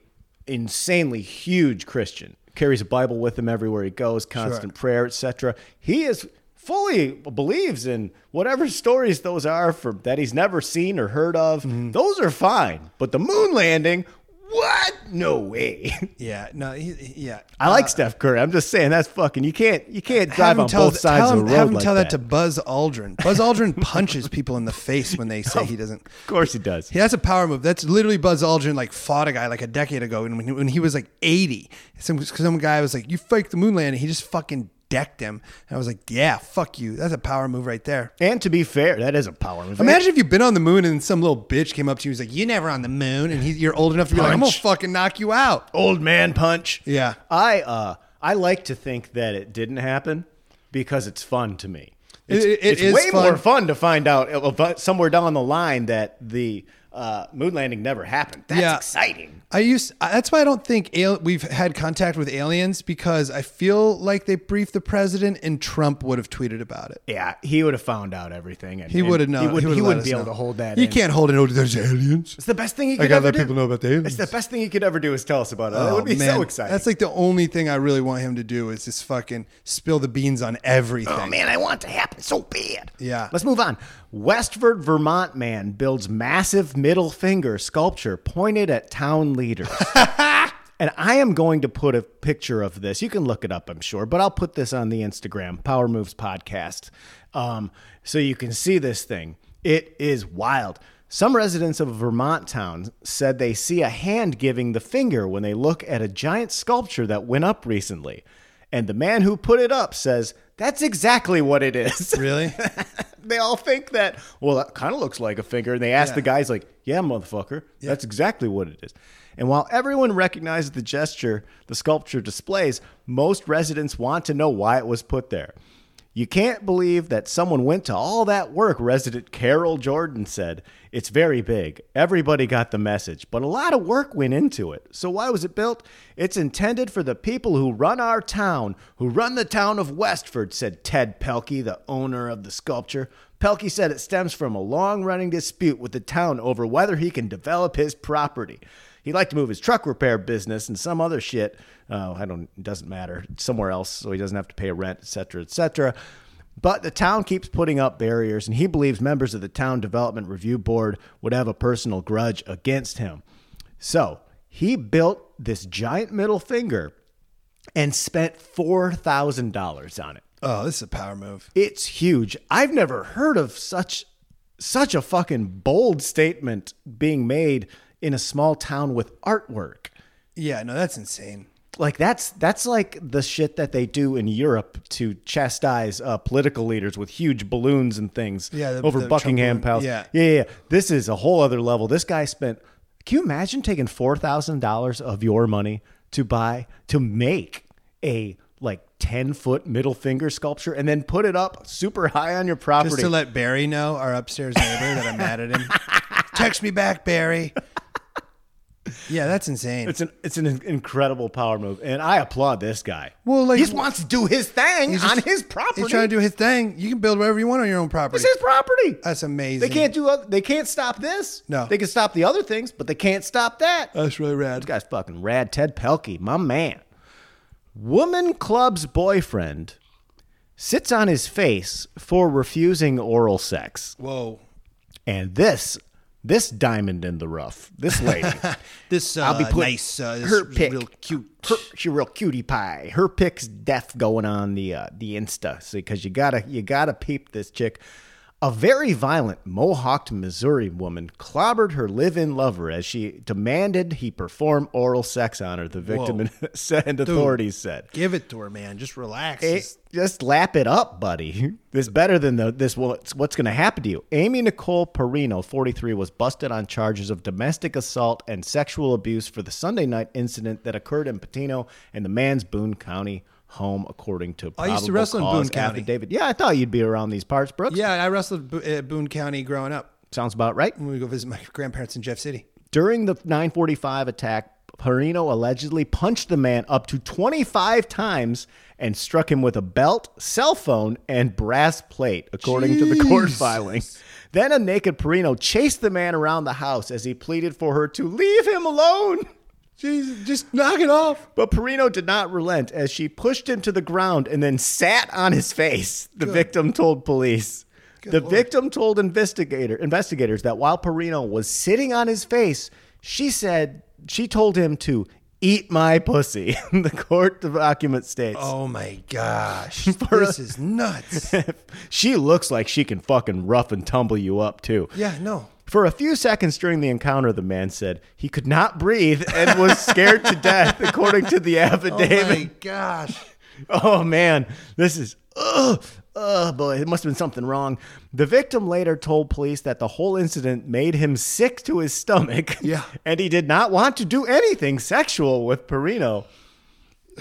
S1: insanely huge Christian. Carries a Bible with him everywhere he goes. Constant prayer, etc. He is fully believes in whatever stories those are for that he's never seen or heard of.
S3: Mm-hmm.
S1: Those are fine, but the moon landing. What? No way.
S3: Yeah, no, he, he- yeah.
S1: I like Steph Curry. I'm just saying that's fucking. You can't you can't drive on both sides
S3: tell
S1: of
S3: Uh, him,
S1: the road
S3: have him
S1: like
S3: tell that.
S1: that.
S3: to Buzz Aldrin. Buzz Aldrin punches people in the face when they say he doesn't.
S1: Of course he does.
S3: Yeah, that's a power move. That's literally Buzz Aldrin like fought a guy like a decade ago, and when, when he was like eighty, some some guy was like, "You faked the moon landing." He just fucking decked him, and I was like, "Yeah, fuck you." That's a power move right there.
S1: And to be fair, that is a power move.
S3: Imagine if you've been on the moon and some little bitch came up to you and was like, "You never on the moon," and he, you're old enough to be like, "I'm gonna
S1: Punch.
S3: fucking knock you out."
S1: old man punch.
S3: Yeah.
S1: I uh I like to think that it didn't happen because it's fun to me.
S3: It-
S1: It's,
S3: it- it
S1: it's
S3: is
S1: way
S3: fun.
S1: more fun to find out uh, uh, somewhere down the line that the uh, moon landing never happened. That's
S3: Yeah.
S1: exciting.
S3: I used. I- That's why I don't think al- we've had contact with aliens because I feel like they briefed the president and Trump would have tweeted about it.
S1: Yeah, he would have found out everything. And,
S3: He
S1: and
S3: would have known.
S1: He, would,
S3: would've let
S1: not
S3: us
S1: be able
S3: know.
S1: to hold that.
S3: You
S1: in.
S3: can't hold it. Oh, there's aliens.
S1: It's the best thing he could
S3: I gotta
S1: ever
S3: let
S1: do.
S3: people know about the aliens.
S1: It's the best thing he could ever do is tell us about it. that
S3: Oh,
S1: would be
S3: man.
S1: so exciting.
S3: That's like the only thing I really want him to do is just fucking spill the beans on everything.
S1: Oh man, I want it to happen so bad.
S3: Yeah.
S1: Let's move on. Westford, Vermont man builds massive middle finger sculpture pointed at town leaders. and I am going to put a picture of this. You can look it up, I'm sure, but I'll put this on the Instagram, Power Moves Podcast, um, so you can see this thing. It is wild. Some residents of a Vermont town said they see a hand giving the finger when they look at a giant sculpture that went up recently. And the man who put it up says, that's exactly what it is.
S3: Really?
S1: they all think that, well, that kind of looks like a finger. And they ask
S3: Yeah.
S1: the guys, like, yeah, motherfucker, that's exactly what it is. And while everyone recognizes the gesture the sculpture displays, most residents want to know why it was put there. You can't believe that someone went to all that work, resident Carol Jordan said. It's very big. Everybody got the message, but a lot of work went into it. So why was it built? It's intended for the people who run our town, who run the town of Westford, said Ted Pelkey, the owner of the sculpture. Pelkey said it stems from a long running dispute with the town over whether he can develop his property. He'd like to move his truck repair business and some other shit. Uh, I don't. It doesn't matter. Somewhere else, so he doesn't have to pay rent, et cetera, et cetera. But the town keeps putting up barriers, and he believes members of the town development review board would have a personal grudge against him. So he built this giant middle finger and spent four thousand dollars on it.
S3: Oh, this is a power move.
S1: It's huge. I've never heard of such such a fucking bold statement being made in a small town with artwork.
S3: Yeah, no, that's insane.
S1: Like that's that's like the shit that they do in Europe to chastise uh, political leaders with huge balloons and things
S3: Yeah, the-
S1: over
S3: the
S1: Buckingham
S3: Trump
S1: Palace.
S3: balloon. Yeah.
S1: yeah, yeah, yeah. This is a whole other level. This guy spent. Can you imagine taking four thousand dollars of your money to buy to make a like ten foot middle finger sculpture and then put it up super high on your property?
S3: Just to let Barry know, our upstairs neighbor, that I'm mad at him. Text me back, Barry. Yeah, that's insane.
S1: It's an it's an incredible power move, and I applaud this guy.
S3: Well, like-
S1: he just wants to do his thing
S3: He's just-
S1: on his property.
S3: He's trying to do his thing. You can build whatever you want on your own property.
S1: it's his property.
S3: That's
S1: They
S3: amazing.
S1: can't do other, they can't stop this.
S3: No.
S1: they can stop the other things, but they can't stop that.
S3: That's really
S1: Uh, This
S3: rad.
S1: guy's fucking rad. Ted Pelkey, my man. Woman club's boyfriend sits on his face for refusing oral sex,
S3: Whoa.
S1: and this this diamond in the rough. This lady.
S3: This uh,
S1: I'll be putting
S3: nice. Uh, this
S1: her
S3: is
S1: pic.
S3: Real cute.
S1: Her, she real cutie pie. Her pic's death going on the uh, the Insta because you gotta you gotta peep this chick. A very violent Mohawked Missouri woman clobbered her live-in lover as she demanded he perform oral sex on her. The victim said, and authorities said,
S3: Give it to her, man. Just relax.
S1: it, Eh, just lap it up, buddy. This better than the, this. What's what's going to happen to you? Amy Nicole Perino, 43, was busted on charges of domestic assault and sexual abuse for the Sunday night incident that occurred in Patino and the man's Boone County home, according to.
S3: I used to
S1: probable
S3: wrestle in
S1: cause
S3: Boone County.
S1: Affidavit. Yeah, I thought you'd be around these parts, Brooks.
S3: yeah, I wrestled Bo- uh, Boone County growing up.
S1: sounds about right.
S3: When we go visit my grandparents in Jeff City.
S1: During the 945 attack, Perino allegedly punched the man up to 25 times and struck him with a belt, cell phone, and brass plate, according to the court filing. Then a naked Perino chased the man around the house as he pleaded for her to leave him alone.
S3: Jesus, just knock it off.
S1: But Perino did not relent as she pushed him to the ground and then sat on his face, the victim told police. the victim told investigator investigators that while Perino was sitting on his face, she said she told him to eat my pussy. the court document states.
S3: Oh my gosh. this is nuts.
S1: she looks like she can fucking rough and tumble you up too.
S3: Yeah, no.
S1: For a few seconds during the encounter, the man said he could not breathe and was scared to death, according to the affidavit.
S3: Oh my gosh.
S1: Oh man, this is oh, oh boy, it must have been something wrong. The victim later told police that the whole incident made him sick to his stomach.
S3: Yeah.
S1: And he did not want to do anything sexual with Perino.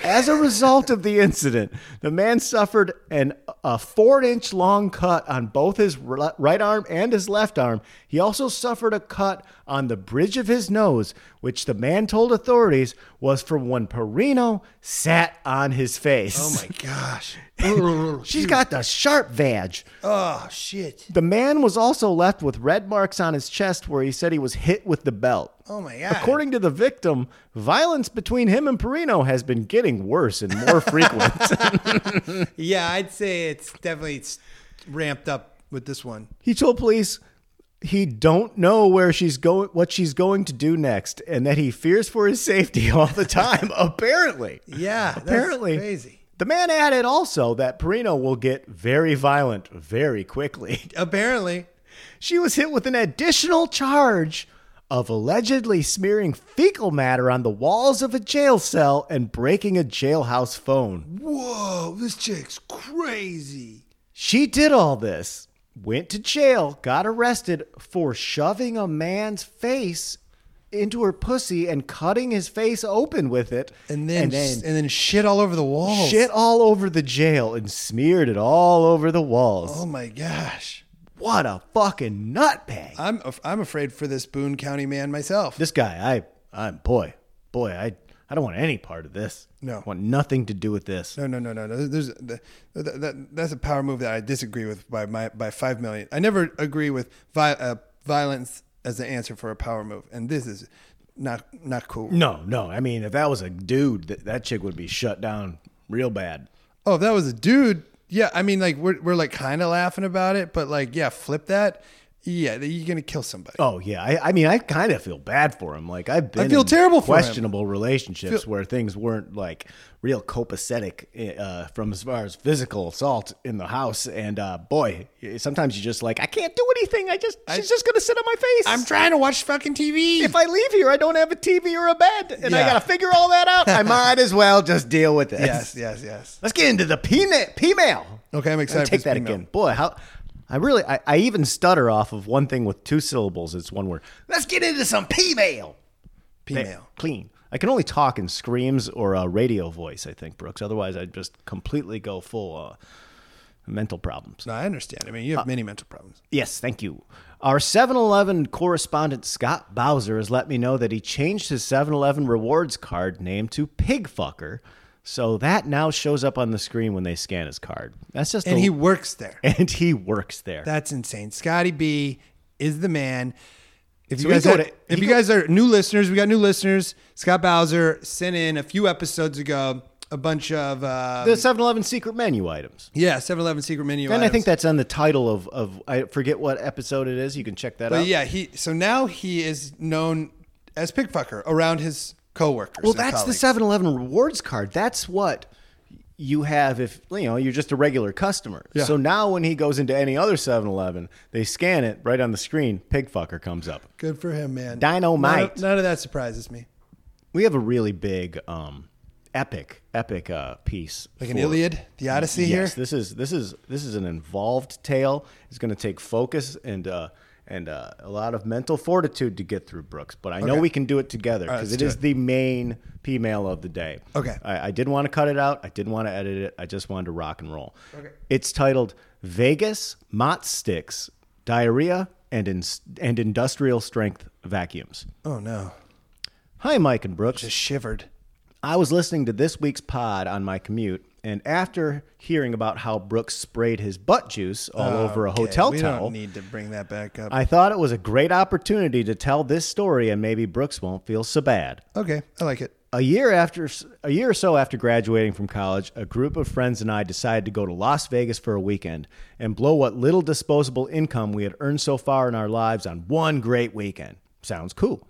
S1: As a result of the incident, the man suffered an a four inch long cut on both his r- right arm and his left arm. He also suffered a cut on the bridge of his nose, which the man told authorities was from when Perino sat on his face.
S3: Oh my gosh.
S1: She's got the sharp vag.
S3: Oh shit.
S1: The man was also left with red marks on his chest where he said he was hit with the belt.
S3: Oh my god.
S1: According to the victim, violence between him and Perino has been getting worse and more frequent.
S3: yeah, I'd say it's definitely it's ramped up with this one.
S1: he told police he don't know where she's going what she's going to do next and that he fears for his safety all the time apparently.
S3: Yeah, that's
S1: Apparently.
S3: crazy.
S1: The man added also that Perino will get very violent very quickly.
S3: Apparently,
S1: She was hit with an additional charge of allegedly smearing fecal matter on the walls of a jail cell and breaking a jailhouse phone.
S3: whoa, this chick's crazy.
S1: She did all this, went to jail, got arrested for shoving a man's face into her pussy and cutting his face open with it,
S3: And then, and then, shit all over the walls.
S1: shit all over the jail and smeared it all over the walls.
S3: Oh my gosh.
S1: What a fucking nutbag!
S3: I'm af- I'm afraid for this Boone County man myself.
S1: this guy, I, I'm boy, boy, I, I don't want any part of this.
S3: No.
S1: want nothing to do with this.
S3: No, no, no, no, no. There's the, that, that, that's a power move that I disagree with by my by five million. I never agree with vi- uh, violence as the answer for a power move, and this is not not cool.
S1: No, no. I mean, if that was a dude, that, that chick would be shut down real bad.
S3: Oh, if that was a dude. Yeah, I mean, like we're we're like kind of laughing about it, but like, yeah, flip that. Yeah, you're gonna kill somebody.
S1: Oh yeah, I, I mean, I kind of feel bad for him. Like I've been
S3: feel
S1: in
S3: terrible for him.
S1: questionable relationships where things weren't like real copacetic uh, from as far as physical assault in the house, and uh, boy, sometimes you just like I can't do anything. I just she's just gonna sit on my face.
S3: I'm trying to watch fucking TV.
S1: if I leave here, I don't have a TV or a bed, and I
S3: Yeah.
S1: gotta figure all that out. I might as well just deal with this.
S3: yes, yes, yes.
S1: Let's get into the peanut p-mail.
S3: Okay, I'm excited. for
S1: Take
S3: this
S1: that
S3: female.
S1: again, boy. How I really I, I even stutter off of one thing with two syllables. It's one word. Let's get into some p-mail.
S3: Female.
S1: Clean. I can only talk in screams or a radio voice. I think Brooks. Otherwise, I'd just completely go full uh, mental problems.
S3: No, I understand. I mean,
S1: Uh,
S3: you have many mental problems.
S1: Yes, thank you. Our 7 Eleven correspondent Scott Bowser has let me know that he changed his 7 Eleven rewards card name to Pigfucker. So that now shows up on the screen when they scan his card. That's just
S3: And
S1: a-
S3: he works there.
S1: and he works there.
S3: That's insane. Scotty B is the man. If you
S1: he
S3: guys,
S1: go
S3: are,
S1: to-
S3: if
S1: he
S3: you
S1: go-
S3: guys are new listeners, we got new listeners. Scott Bowser sent in a few episodes ago a bunch of uh,
S1: the 7-Eleven secret menu items.
S3: yeah 7-Eleven secret menu.
S1: And I
S3: items.
S1: think that's on the title of, of I forget what episode it is. You can check that
S3: But
S1: out.
S3: yeah, he so now he is known as Pigfucker around his coworkers.
S1: Well,
S3: and
S1: that's
S3: colleagues.
S1: the 7-Eleven rewards card. That's what you have if you know you're just a regular customer.
S3: Yeah.
S1: So now when he goes into any other 7-Eleven, they scan it right on the screen. Pig fucker comes up.
S3: Good for him, man. None
S1: Dynamite.
S3: of, none of that surprises me.
S1: We have a really big, um, epic, epic uh, piece.
S3: Like an
S1: for-
S3: Iliad, the Odyssey here.
S1: Yes, this is this is this is an involved tale. It's going to take focus and uh, and uh, a lot of mental fortitude to get through Brooks, but I know
S3: Okay.
S1: we can do it together
S3: right,
S1: because
S3: let's
S1: it
S3: do
S1: is
S3: it.
S1: the main P mail of the day.
S3: Okay.
S1: I, I didn't want to cut it out. I didn't want to edit it. I just wanted to rock and roll. Okay. It's titled Vegas Mott Sticks Diarrhea and in, and Industrial Strength Vacuums.
S3: Oh no,
S1: Hi, Mike and Brooks.
S3: just shivered.
S1: I was listening to this week's pod on my commute, and after hearing about how Brooks sprayed his butt juice all over a
S3: Okay,
S1: hotel
S3: we
S1: towel,
S3: don't need to bring that back up.
S1: I thought it was a great opportunity to tell this story, and maybe Brooks won't feel so bad.
S3: okay, I like it.
S1: A year after, a year or so after graduating from college, a group of friends and I decided to go to Las Vegas for a weekend and blow what little disposable income we had earned so far in our lives on one great weekend. Sounds cool.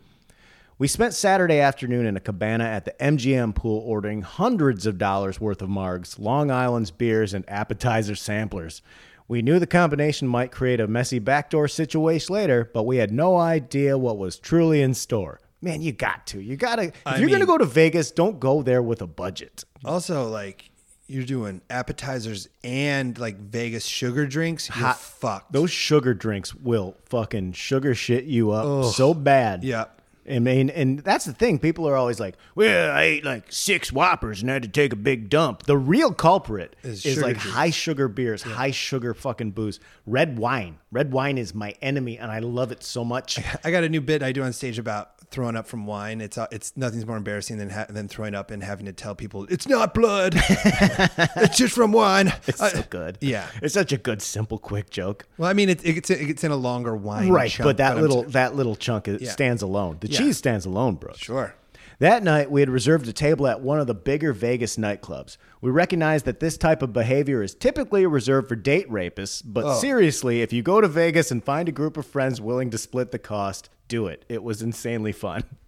S1: We spent Saturday afternoon in a cabana at the MGM pool ordering hundreds of dollars worth of margs, Long Island's beers, and appetizer samplers. We knew the combination might create a messy backdoor situation later, but we had no idea what was truly in store. Man, you got to. You got to. If you're going to go to Vegas, don't go there with a budget.
S3: Also, like you're doing appetizers and like Vegas sugar drinks. You're fucked.
S1: Those sugar drinks will fucking sugar shit you up so bad.
S3: Yeah.
S1: I mean, and that's the thing. People are always like, "Well, I ate like six whoppers and had to take a big dump." The real culprit is,
S3: Is sugar
S1: like
S3: juice.
S1: high sugar beers, high sugar fucking booze, red wine. Red wine is my enemy, and I love it so much.
S3: I got a new bit I do on stage about throwing up from wine. It's uh, it's nothing's more embarrassing than ha- than throwing up and having to tell people it's not blood. it's just from wine.
S1: It's
S3: I-
S1: so good.
S3: yeah.
S1: it's such a good, simple, quick joke.
S3: Well, I mean, it, it's it's in a longer wine,
S1: Right,
S3: chunk,
S1: but that
S3: I'm
S1: little
S3: s-
S1: that little chunk is, stands alone. The cheese stands alone, bro.
S3: sure.
S1: That night, we had reserved a table at one of the bigger Vegas nightclubs. We recognized that this type of behavior is typically reserved for date rapists, but
S3: Oh.
S1: seriously, if you go to Vegas and find a group of friends willing to split the cost, do it. It was insanely fun.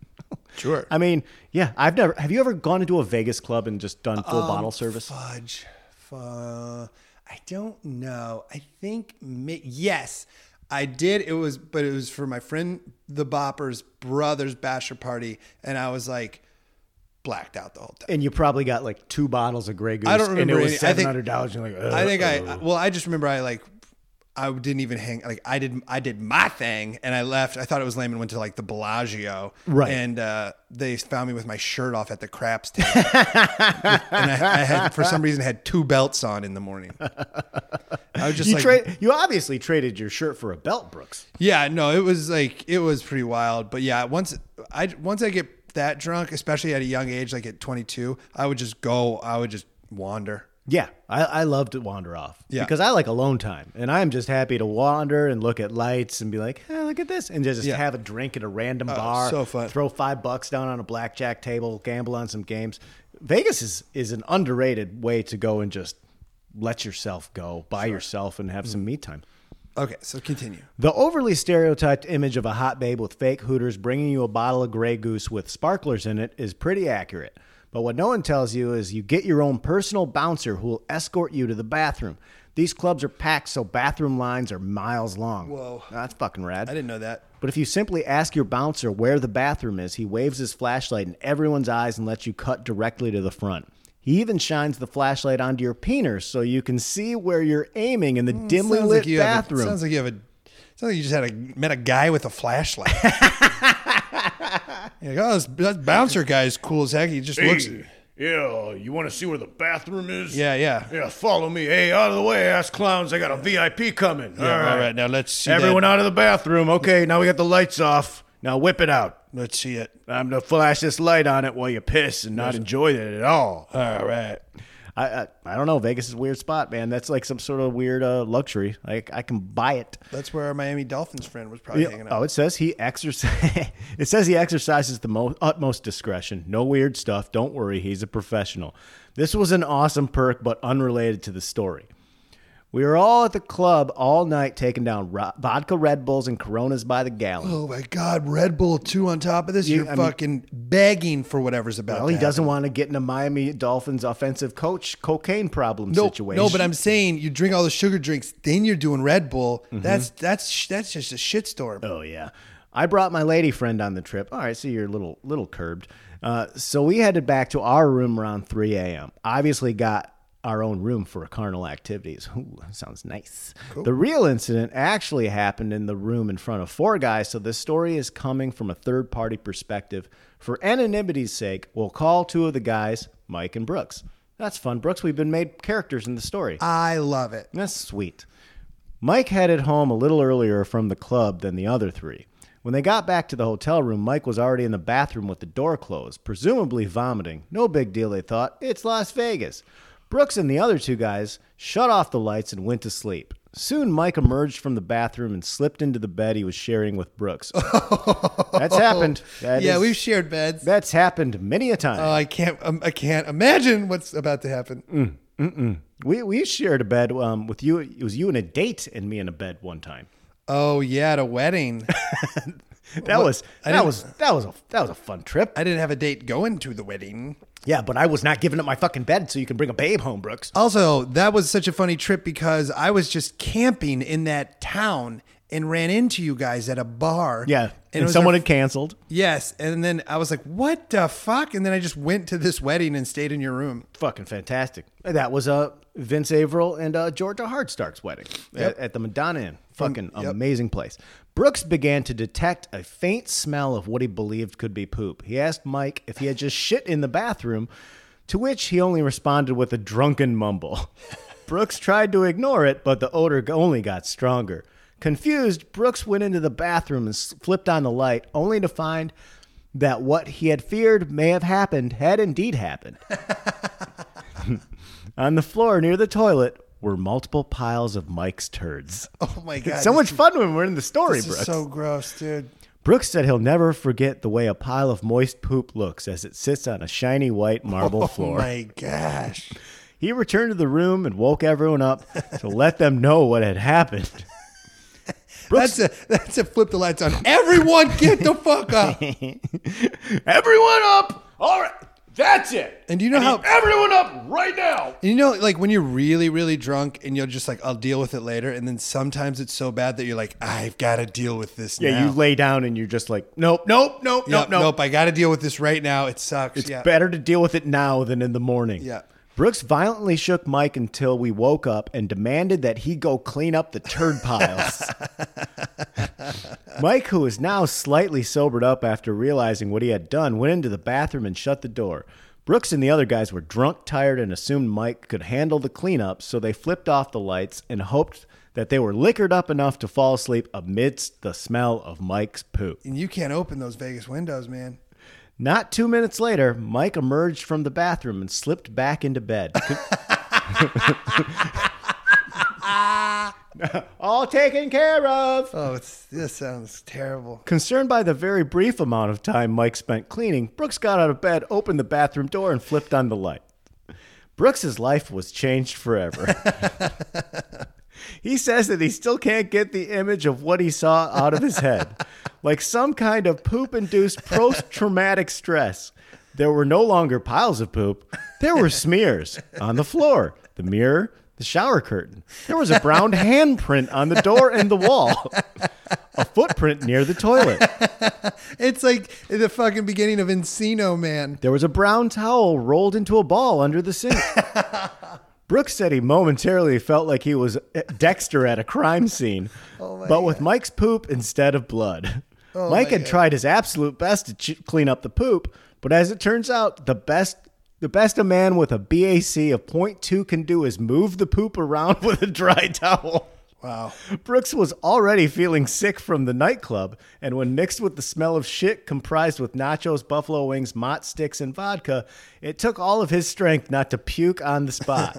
S3: Sure.
S1: I mean, yeah, I've never. Have you ever gone into a Vegas club and just done
S3: Um,
S1: full bottle service?
S3: Fudge. Fu- I don't know. I think mi- yes, I did. It was, but it was for my friend the Bopper's brother's bachelor party, and I was like blacked out the whole time.
S1: And you probably got like two bottles of Grey Goose.
S3: I don't
S1: And it
S3: remember
S1: was
S3: any- I
S1: seven
S3: think-
S1: hundred dollars. You're like,
S3: I think I well, I just remember I like I didn't even hang like I did I did my thing and I left. I thought it was lame and went to like the Bellagio.
S1: Right.
S3: And uh, they found me with my shirt off at the craps table. and I, I had for some reason had two belts on in the morning. I was just
S1: You
S3: like
S1: trade. You obviously traded your shirt for a belt, Brooks.
S3: Yeah, no, it was like it was pretty wild. But yeah, once I once I get that drunk, especially at a young age, like at 22, I would just go. I would just wander.
S1: Yeah, I, I love to wander off
S3: Yeah.
S1: because I like alone time, and I'm just happy to wander and look at lights and be like, hey, look at this, and just
S3: Yeah. Oh,
S1: have a drink at a random bar.
S3: so fun.
S1: Throw five bucks down on a blackjack table, gamble on some games. Vegas is is an underrated way to go and just let yourself go by yourself and have some me time.
S3: Okay, so continue.
S1: The overly stereotyped image of a hot babe with fake hooters bringing you a bottle of Grey Goose with sparklers in it is pretty accurate. But what no one tells you is you get your own personal bouncer who will escort you to the bathroom. These clubs are packed, so bathroom lines are miles long.
S3: Whoa.
S1: That's fucking rad.
S3: I didn't know that.
S1: But if you simply ask your bouncer where the bathroom is, he waves his flashlight in everyone's eyes and lets you cut directly to the front. He even shines the flashlight onto your peener so you can see where you're aiming in the dimly
S3: Mm, Sounds
S1: lit
S3: you have a-
S1: bathroom.
S3: sounds like you have a. Sounds like you just had a met a guy with a flashlight. You're like, oh, this, that bouncer guy is cool as heck. He just looks.
S2: Yeah, you want to see where the bathroom is?
S3: Yeah, yeah.
S2: Yeah, follow me. Hey, out of the way, ass clowns. I got a VIP coming.
S3: Yeah, all right, now let's see
S2: Everyone
S3: that.
S2: out of the bathroom. Okay, now we got the lights off. Now whip it out.
S3: Let's see it.
S2: I'm gonna flash this light on it while you piss and not enjoy it at all.
S3: All right.
S1: I, I I don't know. Vegas is a weird spot, man. That's like some sort of weird uh, luxury. Like I can buy it.
S3: That's where our Miami Dolphins friend was probably hanging out.
S1: Oh, it says he exercise. it says he exercises the mo- utmost discretion. No weird stuff. Don't worry, he's a professional. This was an awesome perk, but unrelated to the story. We were all at the club all night, taking down ro- vodka Red Bulls and Coronas by the gallon.
S3: Oh my God, Red Bull two on top of this. You're
S1: I mean-
S3: fucking begging for whatever's about.
S1: well, he
S3: to
S1: doesn't want to get in a Miami Dolphins offensive coach cocaine problem
S3: happen. No,
S1: situation.
S3: no, but I'm saying you drink all the sugar drinks, then you're doing Red Bull. That's that's sh- that's just a shitstorm.
S1: Mm-hmm. Oh yeah, I brought my lady friend on the trip. All right, so you're a little little curbed. Uh, so we headed back to our room around 3 a.m. Obviously, got our own room for carnal activities. Ooh, sounds nice. The real incident actually happened in the room in front of four guys. So this story is coming from a third party perspective. For anonymity's sake, we'll call two of the guys, Mike and Brooks. That's fun, Brooks. We've been made characters in the story.
S3: I love it.
S1: That's sweet. Mike headed home a little earlier from the club than the other three. When they got back to the hotel room, Mike was already in the bathroom with the door closed, presumably vomiting. No big deal, they thought. It's Las Vegas. Brooks and the other two guys shut off the lights and went to sleep. Soon, Mike emerged from the bathroom and slipped into the bed he was sharing with Brooks. That's happened. That
S3: yeah,
S1: is-
S3: we've shared beds.
S1: that's happened many a time.
S3: Oh, I can't. Um, I can't imagine what's about to happen.
S1: Mm. we we shared a bed um, with you. It was you and a date, and me in a bed one time.
S3: Oh yeah, at a wedding.
S1: That was that
S3: didn't-
S1: was that was a that was a fun trip.
S3: I didn't have a date going to the wedding.
S1: Yeah, but I was not giving up my fucking bed so you can bring a babe home, Brooks.
S3: Also, that was such a funny trip because I was just camping in that town and ran into you guys at a bar.
S1: Yeah,
S3: and, it
S1: and
S3: was
S1: someone
S3: our-
S1: had canceled.
S3: Yes, and then I was like, "What the fuck?" And then I just went to this wedding and stayed in your room.
S1: Fucking fantastic. That was uh, Vince Averill and uh, Georgia Hardstark's wedding at, at the Madonna Inn. Fucking amazing place. Brooks began to detect a faint smell of what he believed could be poop. He asked Mike if he had just shit in the bathroom, to which he only responded with a drunken mumble. Brooks tried to ignore it, but the odor only got stronger. Confused, Brooks went into the bathroom and s- flipped on the light, only to find that what he had feared may have happened had indeed happened. On the floor near the toilet were multiple piles of Mike's turds.
S3: Oh my god,
S1: it's so much fun when we're in the story,
S3: This
S1: Brooks.
S3: is so gross, dude.
S1: Brooks said he'll never forget the way a pile of moist poop looks as it sits on a shiny white marble
S3: Oh
S1: floor.
S3: my gosh.
S1: He returned to the room and woke everyone up to let them know what had happened.
S3: That's a that's a flip the lights on. Everyone get the fuck up.
S2: Everyone up! All right, that's it.
S3: And do you know
S2: I need
S3: how
S2: everyone up right now.
S3: And you know, like when you're really, really drunk and you're just like, I'll deal with it later. And then sometimes it's so bad that you're like, I've got to deal with this
S1: Yeah,
S3: now.
S1: you lay down and you're just like, nope,
S2: Nope, nope, nope,
S3: Yep,
S2: nope.
S3: I got to deal with this right now. It sucks.
S1: It's
S3: yeah.
S1: better to deal with it now than in the morning.
S3: Yeah.
S1: Brooks violently shook Mike until we woke up and demanded that he go clean up the turd piles. Mike, who is now slightly sobered up after realizing what he had done, went into the bathroom and shut the door. Brooks and the other guys were drunk, tired, and assumed Mike could handle the cleanup, so they flipped off the lights and hoped that they were liquored up enough to fall asleep amidst the smell of Mike's poop.
S3: And you can't open those Vegas windows, man.
S1: Not two minutes later, Mike emerged from the bathroom and slipped back into bed. All taken care of.
S3: Oh, it's this sounds terrible.
S1: Concerned by the very brief amount of time Mike spent cleaning, Brooks got out of bed, opened the bathroom door, and flipped on the light. Brooks's life was changed forever. he says that he still can't get the image of what he saw out of his head, like some kind of poop-induced post-traumatic stress. There were no longer piles of poop. There were smears on the floor, the mirror, the shower curtain. There was a brown handprint on the door and the wall. A footprint near the toilet.
S3: It's like the fucking beginning of Encino Man.
S1: There was a brown towel rolled into a ball under the sink. Brooks said he momentarily felt like he was Dexter at a crime scene, but with Mike's poop instead of blood. Mike had tried his absolute best to ch- clean up the poop, but as it turns out, the best the best a man with a BAC of 0.2 can do is move the poop around with a dry towel.
S3: Wow.
S1: Brooks was already feeling sick from the nightclub, and when mixed with the smell of shit comprised with nachos, buffalo wings, mott sticks, and vodka, it took all of his strength not to puke on the spot.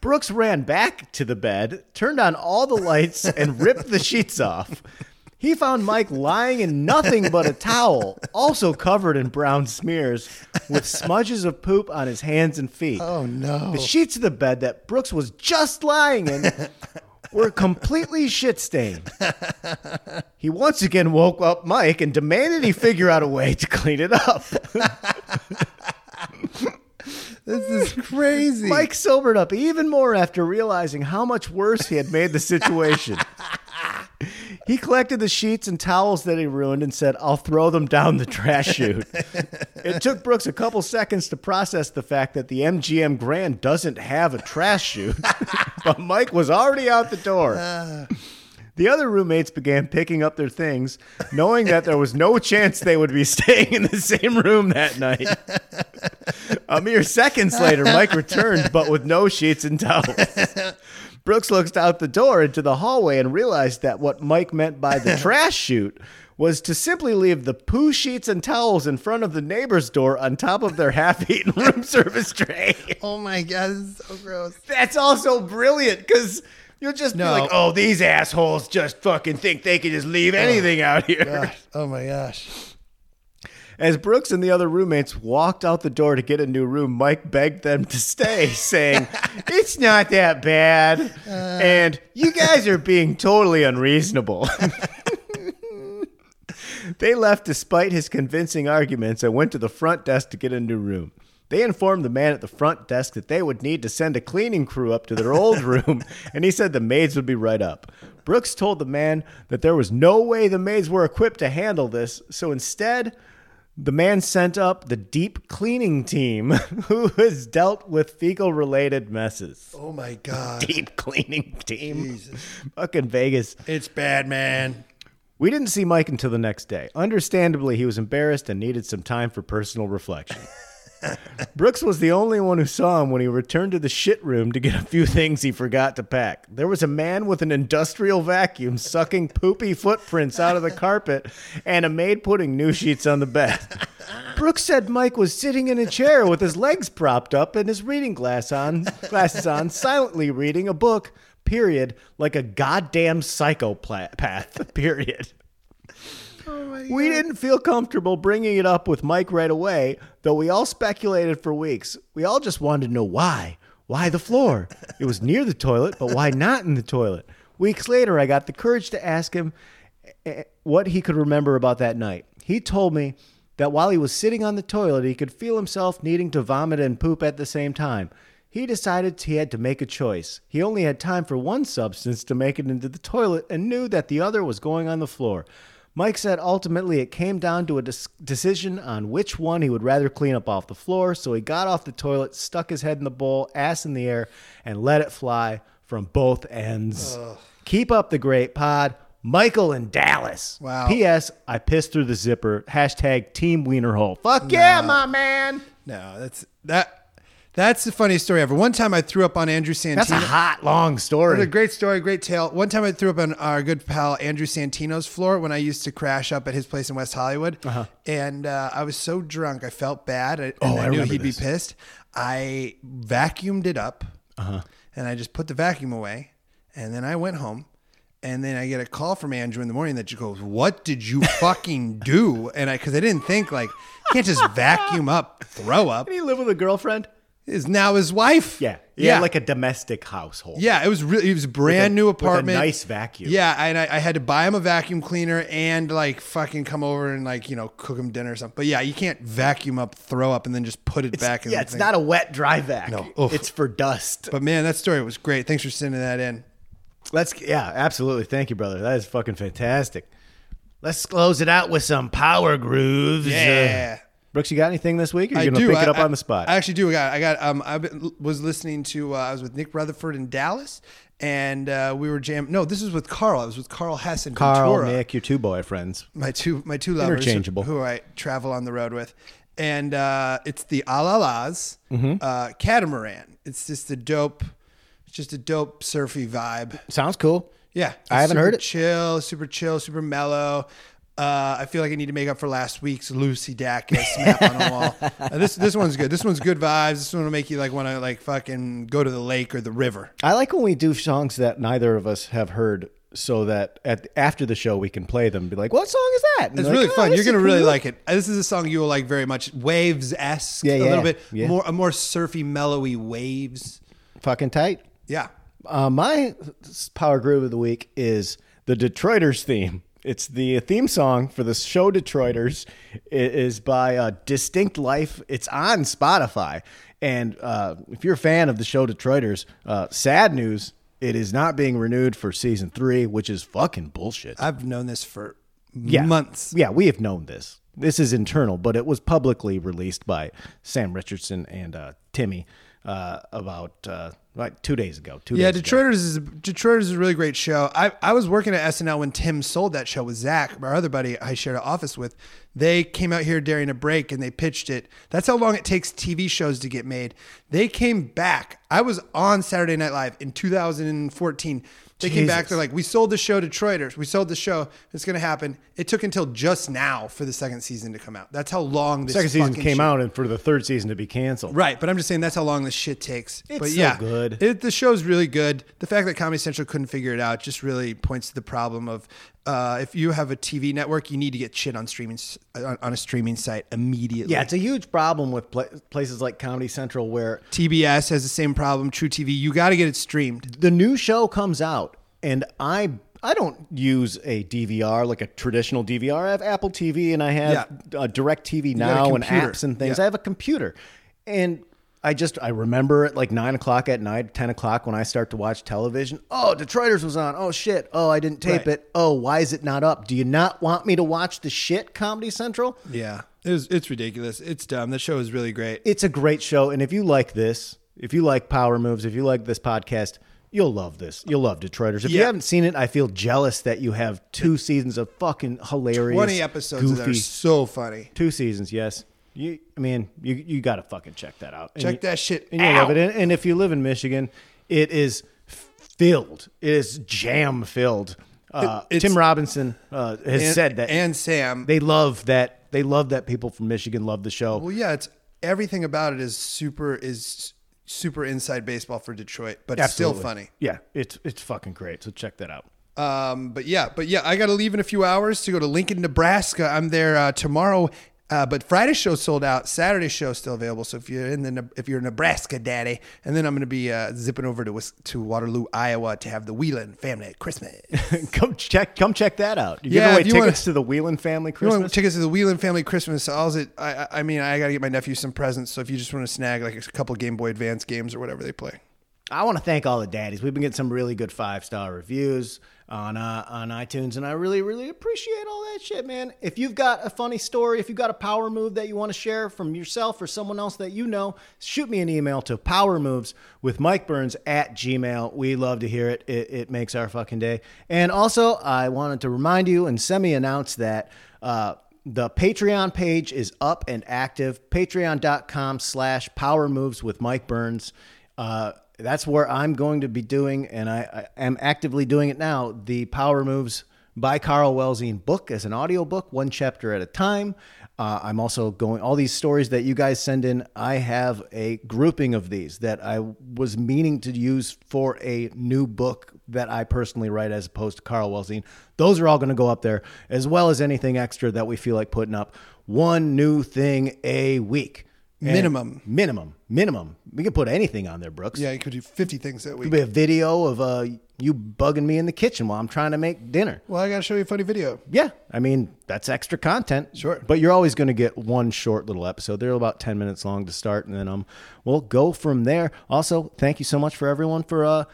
S1: Brooks ran back to the bed, turned on all the lights, and ripped the sheets off. He found Mike lying in nothing but a towel, also covered in brown smears, with smudges of poop on his hands and feet.
S3: Oh no.
S1: The sheets of the bed that Brooks was just lying in were completely shit stained. He once again woke up Mike and demanded he figure out a way to clean it up.
S3: This is crazy.
S1: Mike sobered up even more after realizing how much worse he had made the situation. He collected the sheets and towels that he ruined and said, I'll throw them down the trash chute. It took Brooks a couple seconds to process the fact that the MGM Grand doesn't have a trash chute, but Mike was already out the door. The other roommates began picking up their things, knowing that there was no chance they would be staying in the same room that night. A mere seconds later, Mike returned, but with no sheets and towels. Brooks looked out the door into the hallway and realized that what Mike meant by the trash chute was to simply leave the poo sheets and towels in front of the neighbor's door on top of their half-eaten room service tray.
S3: oh my god, this is so gross.
S1: That's also brilliant because you'll just
S3: No.
S1: be like, oh, these assholes just fucking think they can just leave anything out here.
S3: Gosh. Oh my gosh.
S1: As Brooks and the other roommates walked out the door to get a new room, Mike begged them to stay, saying, It's not that bad. and Uh, you guys are being totally unreasonable. they left despite his convincing arguments and went to the front desk to get a new room. They informed the man at the front desk that they would need to send a cleaning crew up to their old room, and he said the maids would be right up. Brooks told the man that there was no way the maids were equipped to handle this, so instead, the man sent up the deep cleaning team who has dealt with fecal related messes.
S3: Oh my god.
S1: Deep cleaning team. Fucking Vegas.
S3: It's bad, man.
S1: We didn't see Mike until the next day. Understandably, he was embarrassed and needed some time for personal reflection. Brooks was the only one who saw him when he returned to the shit room to get a few things he forgot to pack. There was a man with an industrial vacuum sucking poopy footprints out of the carpet and a maid putting new sheets on the bed. Brooks said Mike was sitting in a chair with his legs propped up and his reading glass on, glasses on, silently reading a book, period, like a goddamn psychopath, period. We didn't feel comfortable bringing it up with Mike right away, though we all speculated for weeks. We all just wanted to know why. Why the floor? It was near the toilet, but why not in the toilet? Weeks later, I got the courage to ask him eh, what he could remember about that night. He told me that while he was sitting on the toilet, he could feel himself needing to vomit and poop at the same time. He decided he had to make a choice. He only had time for one substance to make it into the toilet and knew that the other was going on the floor.
S5: Mike said ultimately it came down to a dis- decision on which one he would rather clean up off the floor, so he got off the toilet, stuck his head in the bowl, ass in the air, and let it fly from both ends. Keep up the great pod. Michael in Dallas.
S3: Wow.
S5: P.S. I pissed through the zipper. Hashtag Team Wienerhole. Fuck yeah, my man.
S3: No, that's that. That's the funniest story ever. One time I threw up on Andrew Santino.
S5: That's a hot, long
S3: It's a
S5: story.
S3: great story, great tale. One time I threw up on our good pal Andrew Santino's floor when I used to crash up at his place in West Hollywood, and uh, I was so drunk I felt bad. I, and I,
S5: Uh-huh. Oh, I
S3: knew
S5: remember
S3: he'd
S5: this.
S3: be pissed. I vacuumed it up,
S5: Uh-huh.
S3: and I just put the vacuum away, and then I went home. And then I get a call from Andrew in the morning that she goes, "What did you fucking do?" And I, because I didn't think like, you can't just vacuum up, throw up.
S5: Did he live with a girlfriend?
S3: Is now his wife?
S5: Yeah. Yeah. Like a domestic household.
S3: Yeah, it was really it was a brand
S5: a-
S3: new
S5: with a
S3: apartment.
S5: nice vacuum.
S3: Yeah, and I, I had to buy him a vacuum cleaner and like fucking come over and like you know cook him dinner or something. But yeah, you can't vacuum up, throw up, and then just put it back. In
S5: Yeah,
S3: the
S5: it's
S3: thing.
S5: not a wet dry vac.
S3: No. Oof.
S5: It's for dust.
S3: But man, that story was great. Thanks for sending that in.
S5: Let's yeah, absolutely. Thank you, brother. That is fucking fantastic. Let's close it out with some power grooves.
S3: Yeah.
S5: Uh, Brooks, you got anything this week? Or are
S3: I
S5: you gonna
S3: do.
S5: pick
S3: I,
S5: it up
S3: I-
S5: on the spot?
S3: I actually do. I got. I got. Um, I was listening to. Uh, I was with Nick Rutherford in Dallas, and uh, we were jam. No, this was with Carl. I was with Carl Hess in
S5: Carl,
S3: Ventura.
S5: Nick, your Oh, two boyfriends.
S3: my two my two lovers
S5: Interchangeable.
S3: who I travel on the road with, and uh, it's the Alalas
S5: Mm-hmm.
S3: uh, catamaran. It's just the dope, it's just a dope surfy vibe.
S5: Sounds cool.
S3: Yeah,
S5: I haven't
S3: Super
S5: heard it.
S3: Chill, super chill, super mellow. Uh, I feel like I need to make up for last week's Lucy Dacus map on a wall. Uh, this this one's good. This one's good vibes. This one will make you like want to like fucking go to the lake or the river.
S5: I like when we do songs that neither of us have heard so that at after the show we can play them and be like, What song is that? And
S3: It's
S5: like,
S3: really
S5: "Oh,
S3: fun.
S5: this
S3: You're
S5: is
S3: gonna really
S5: cool."
S3: like it. Uh, This is a song you will like very much. Waves esque,
S5: Yeah,
S3: a
S5: yeah,
S3: little bit
S5: yeah.
S3: more, a more surfy, mellowy waves.
S5: fucking tight.
S3: Yeah,
S5: Uh, my s- power groove of the week is the Detroiters theme. It's the theme song for the show Detroiters. It is by uh, Distinct Life. It's on Spotify. And uh, if you're a fan of the show Detroiters, uh, sad news, it is not being renewed for season three, which is fucking bullshit.
S3: I've known this for
S5: Yeah.
S3: months.
S5: Yeah, we have known this. This is internal, but it was publicly released by Sam Richardson and uh, Timmy uh, about uh, like two days ago. Two
S3: Yeah,
S5: days ago.
S3: Detroiters is Detroiters is a really great show. I, I was working at SNL when Tim sold that show with Zach, our other buddy I shared an office with. They came out here during a break and they pitched it. That's how long it takes TV shows to get made. They came back. I was on Saturday Night Live in 2014. They came back. They're like, we sold the show Detroiters. We sold the show. It's going to happen. It took until just now for the second season to come out. That's how long this
S5: second season
S3: fucking
S5: came
S3: shit-
S5: out and for the third season to be canceled.
S3: Right, but I'm just saying that's how long this shit takes.
S5: It's
S3: but
S5: so
S3: yeah,
S5: good.
S3: It, the show's really good. The fact that Comedy Central couldn't figure it out just really points to the problem of uh, if you have a TV network, you need to get shit on streaming s- on, on a streaming site immediately.
S5: Yeah, it's a huge problem with pla- places like Comedy Central where
S3: TBS has the same problem. True TV, you got to get it streamed.
S5: the new show comes out and I I don't use a DVR like a traditional DVR. I have Apple TV and I have uh, Direct TV
S3: got a
S5: now and
S3: computer.
S5: apps and things.
S3: Yeah.
S5: I have a computer and I just I remember at like nine o'clock at night, ten o'clock when I start to watch television. Oh, Detroiters was on. Oh shit. Oh, I didn't tape
S3: Right.
S5: it. Oh, why is it not up? Do you not want me to watch the shit Comedy Central?
S3: Yeah, it was, it's ridiculous. It's dumb. That show is really great.
S5: it's a great show. And if you like this, if you like Power Moves, if you like this podcast, you'll love this. You'll love Detroiters. If you
S3: Yeah.
S5: haven't seen it, I feel jealous that you have two seasons of fucking hilarious,
S3: Twenty episodes of that
S5: goofy.
S3: are so funny.
S5: two seasons, yes. You, I mean, you you gotta fucking check that out. And
S3: Check
S5: you-
S3: that shit
S5: and you'll love
S3: out.
S5: it. And, and if you live in Michigan, it is filled. It is jam filled. Uh,
S3: It- it's-
S5: Tim Robinson uh, has
S3: And-
S5: said that
S3: and Sam.
S5: they love that they love that people from Michigan love the show.
S3: Well, yeah, it's everything about it is super is super inside baseball for Detroit, but it's still
S5: Absolutely.
S3: funny.
S5: Yeah, it's it's fucking great. So check that out.
S3: Um, but yeah, but yeah, I got to leave in a few hours to go to Lincoln, Nebraska. I'm there uh, tomorrow. Uh, but Friday show sold out. Saturday show still available. So if you're in the Ne- if you're Nebraska, daddy, and then I'm gonna be uh, zipping over to Wis- to Waterloo, Iowa, to have the Wheelan family at Christmas.
S5: come check come check that out. You
S3: Yeah,
S5: give away
S3: if you
S5: tickets
S3: wanna-
S5: to the Whelan family
S3: You
S5: Christmas.
S3: want tickets to the Wheelan family Christmas? So I was at, I, I- I mean, I got to get my nephew some presents. So if you just want to snag like a couple Game Boy Advance games or whatever they play,
S5: I want to thank all the daddies. We've been getting some really good five star reviews on uh, on iTunes, and I really, really appreciate all that shit, man. If you've got a funny story, if you've got a power move that you want to share from yourself or someone else that you know, shoot me an email to power moves with Mike Burns at Gmail. We love to hear it. It, it makes our fucking day. And also, I wanted to remind you and semi announce that. Uh, the patreon page is up and active patreon.com slash power moves with mike burns uh, that's where i'm going to be doing and I, I am actively doing it now the power moves by carl wellsine book as an audiobook one chapter at a time uh, i'm also going all these stories that you guys send in i have a grouping of these that i was meaning to use for a new book that I personally write as opposed to Carl Wellsine. Those are all going to go up there, as well as anything extra that we feel like putting up. One new thing a week. And
S3: Minimum.
S5: Minimum. Minimum. We can put anything on there, Brooks.
S3: Yeah, you could do 50 things that
S5: Could
S3: week.
S5: be a video of uh, you bugging me in the kitchen while I'm trying to make dinner.
S3: Well, I got to show you a funny video.
S5: Yeah, I mean that's extra content.
S3: Sure.
S5: but you're always going to get one short little episode. They're about ten minutes long to start, and then um, we'll go from there. Also, thank you so much for everyone for uh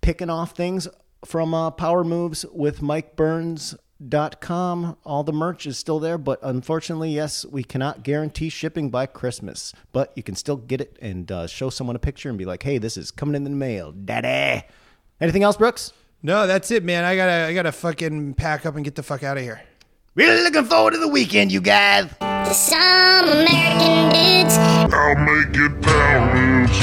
S5: picking off things from uh, Power Moves with Mike Burns. Dot com. All the merch is still there, but unfortunately, yes, we cannot guarantee shipping by Christmas. But you can still get it and uh, show someone a picture and be like, "Hey, this is coming in the mail, daddy." Anything else, Brooks?
S3: No, that's it, man. I got to I got to fucking pack up and get the fuck out of here.
S5: Really looking forward to the weekend, you guys.
S6: Some American dudes
S7: I'll make it power moves.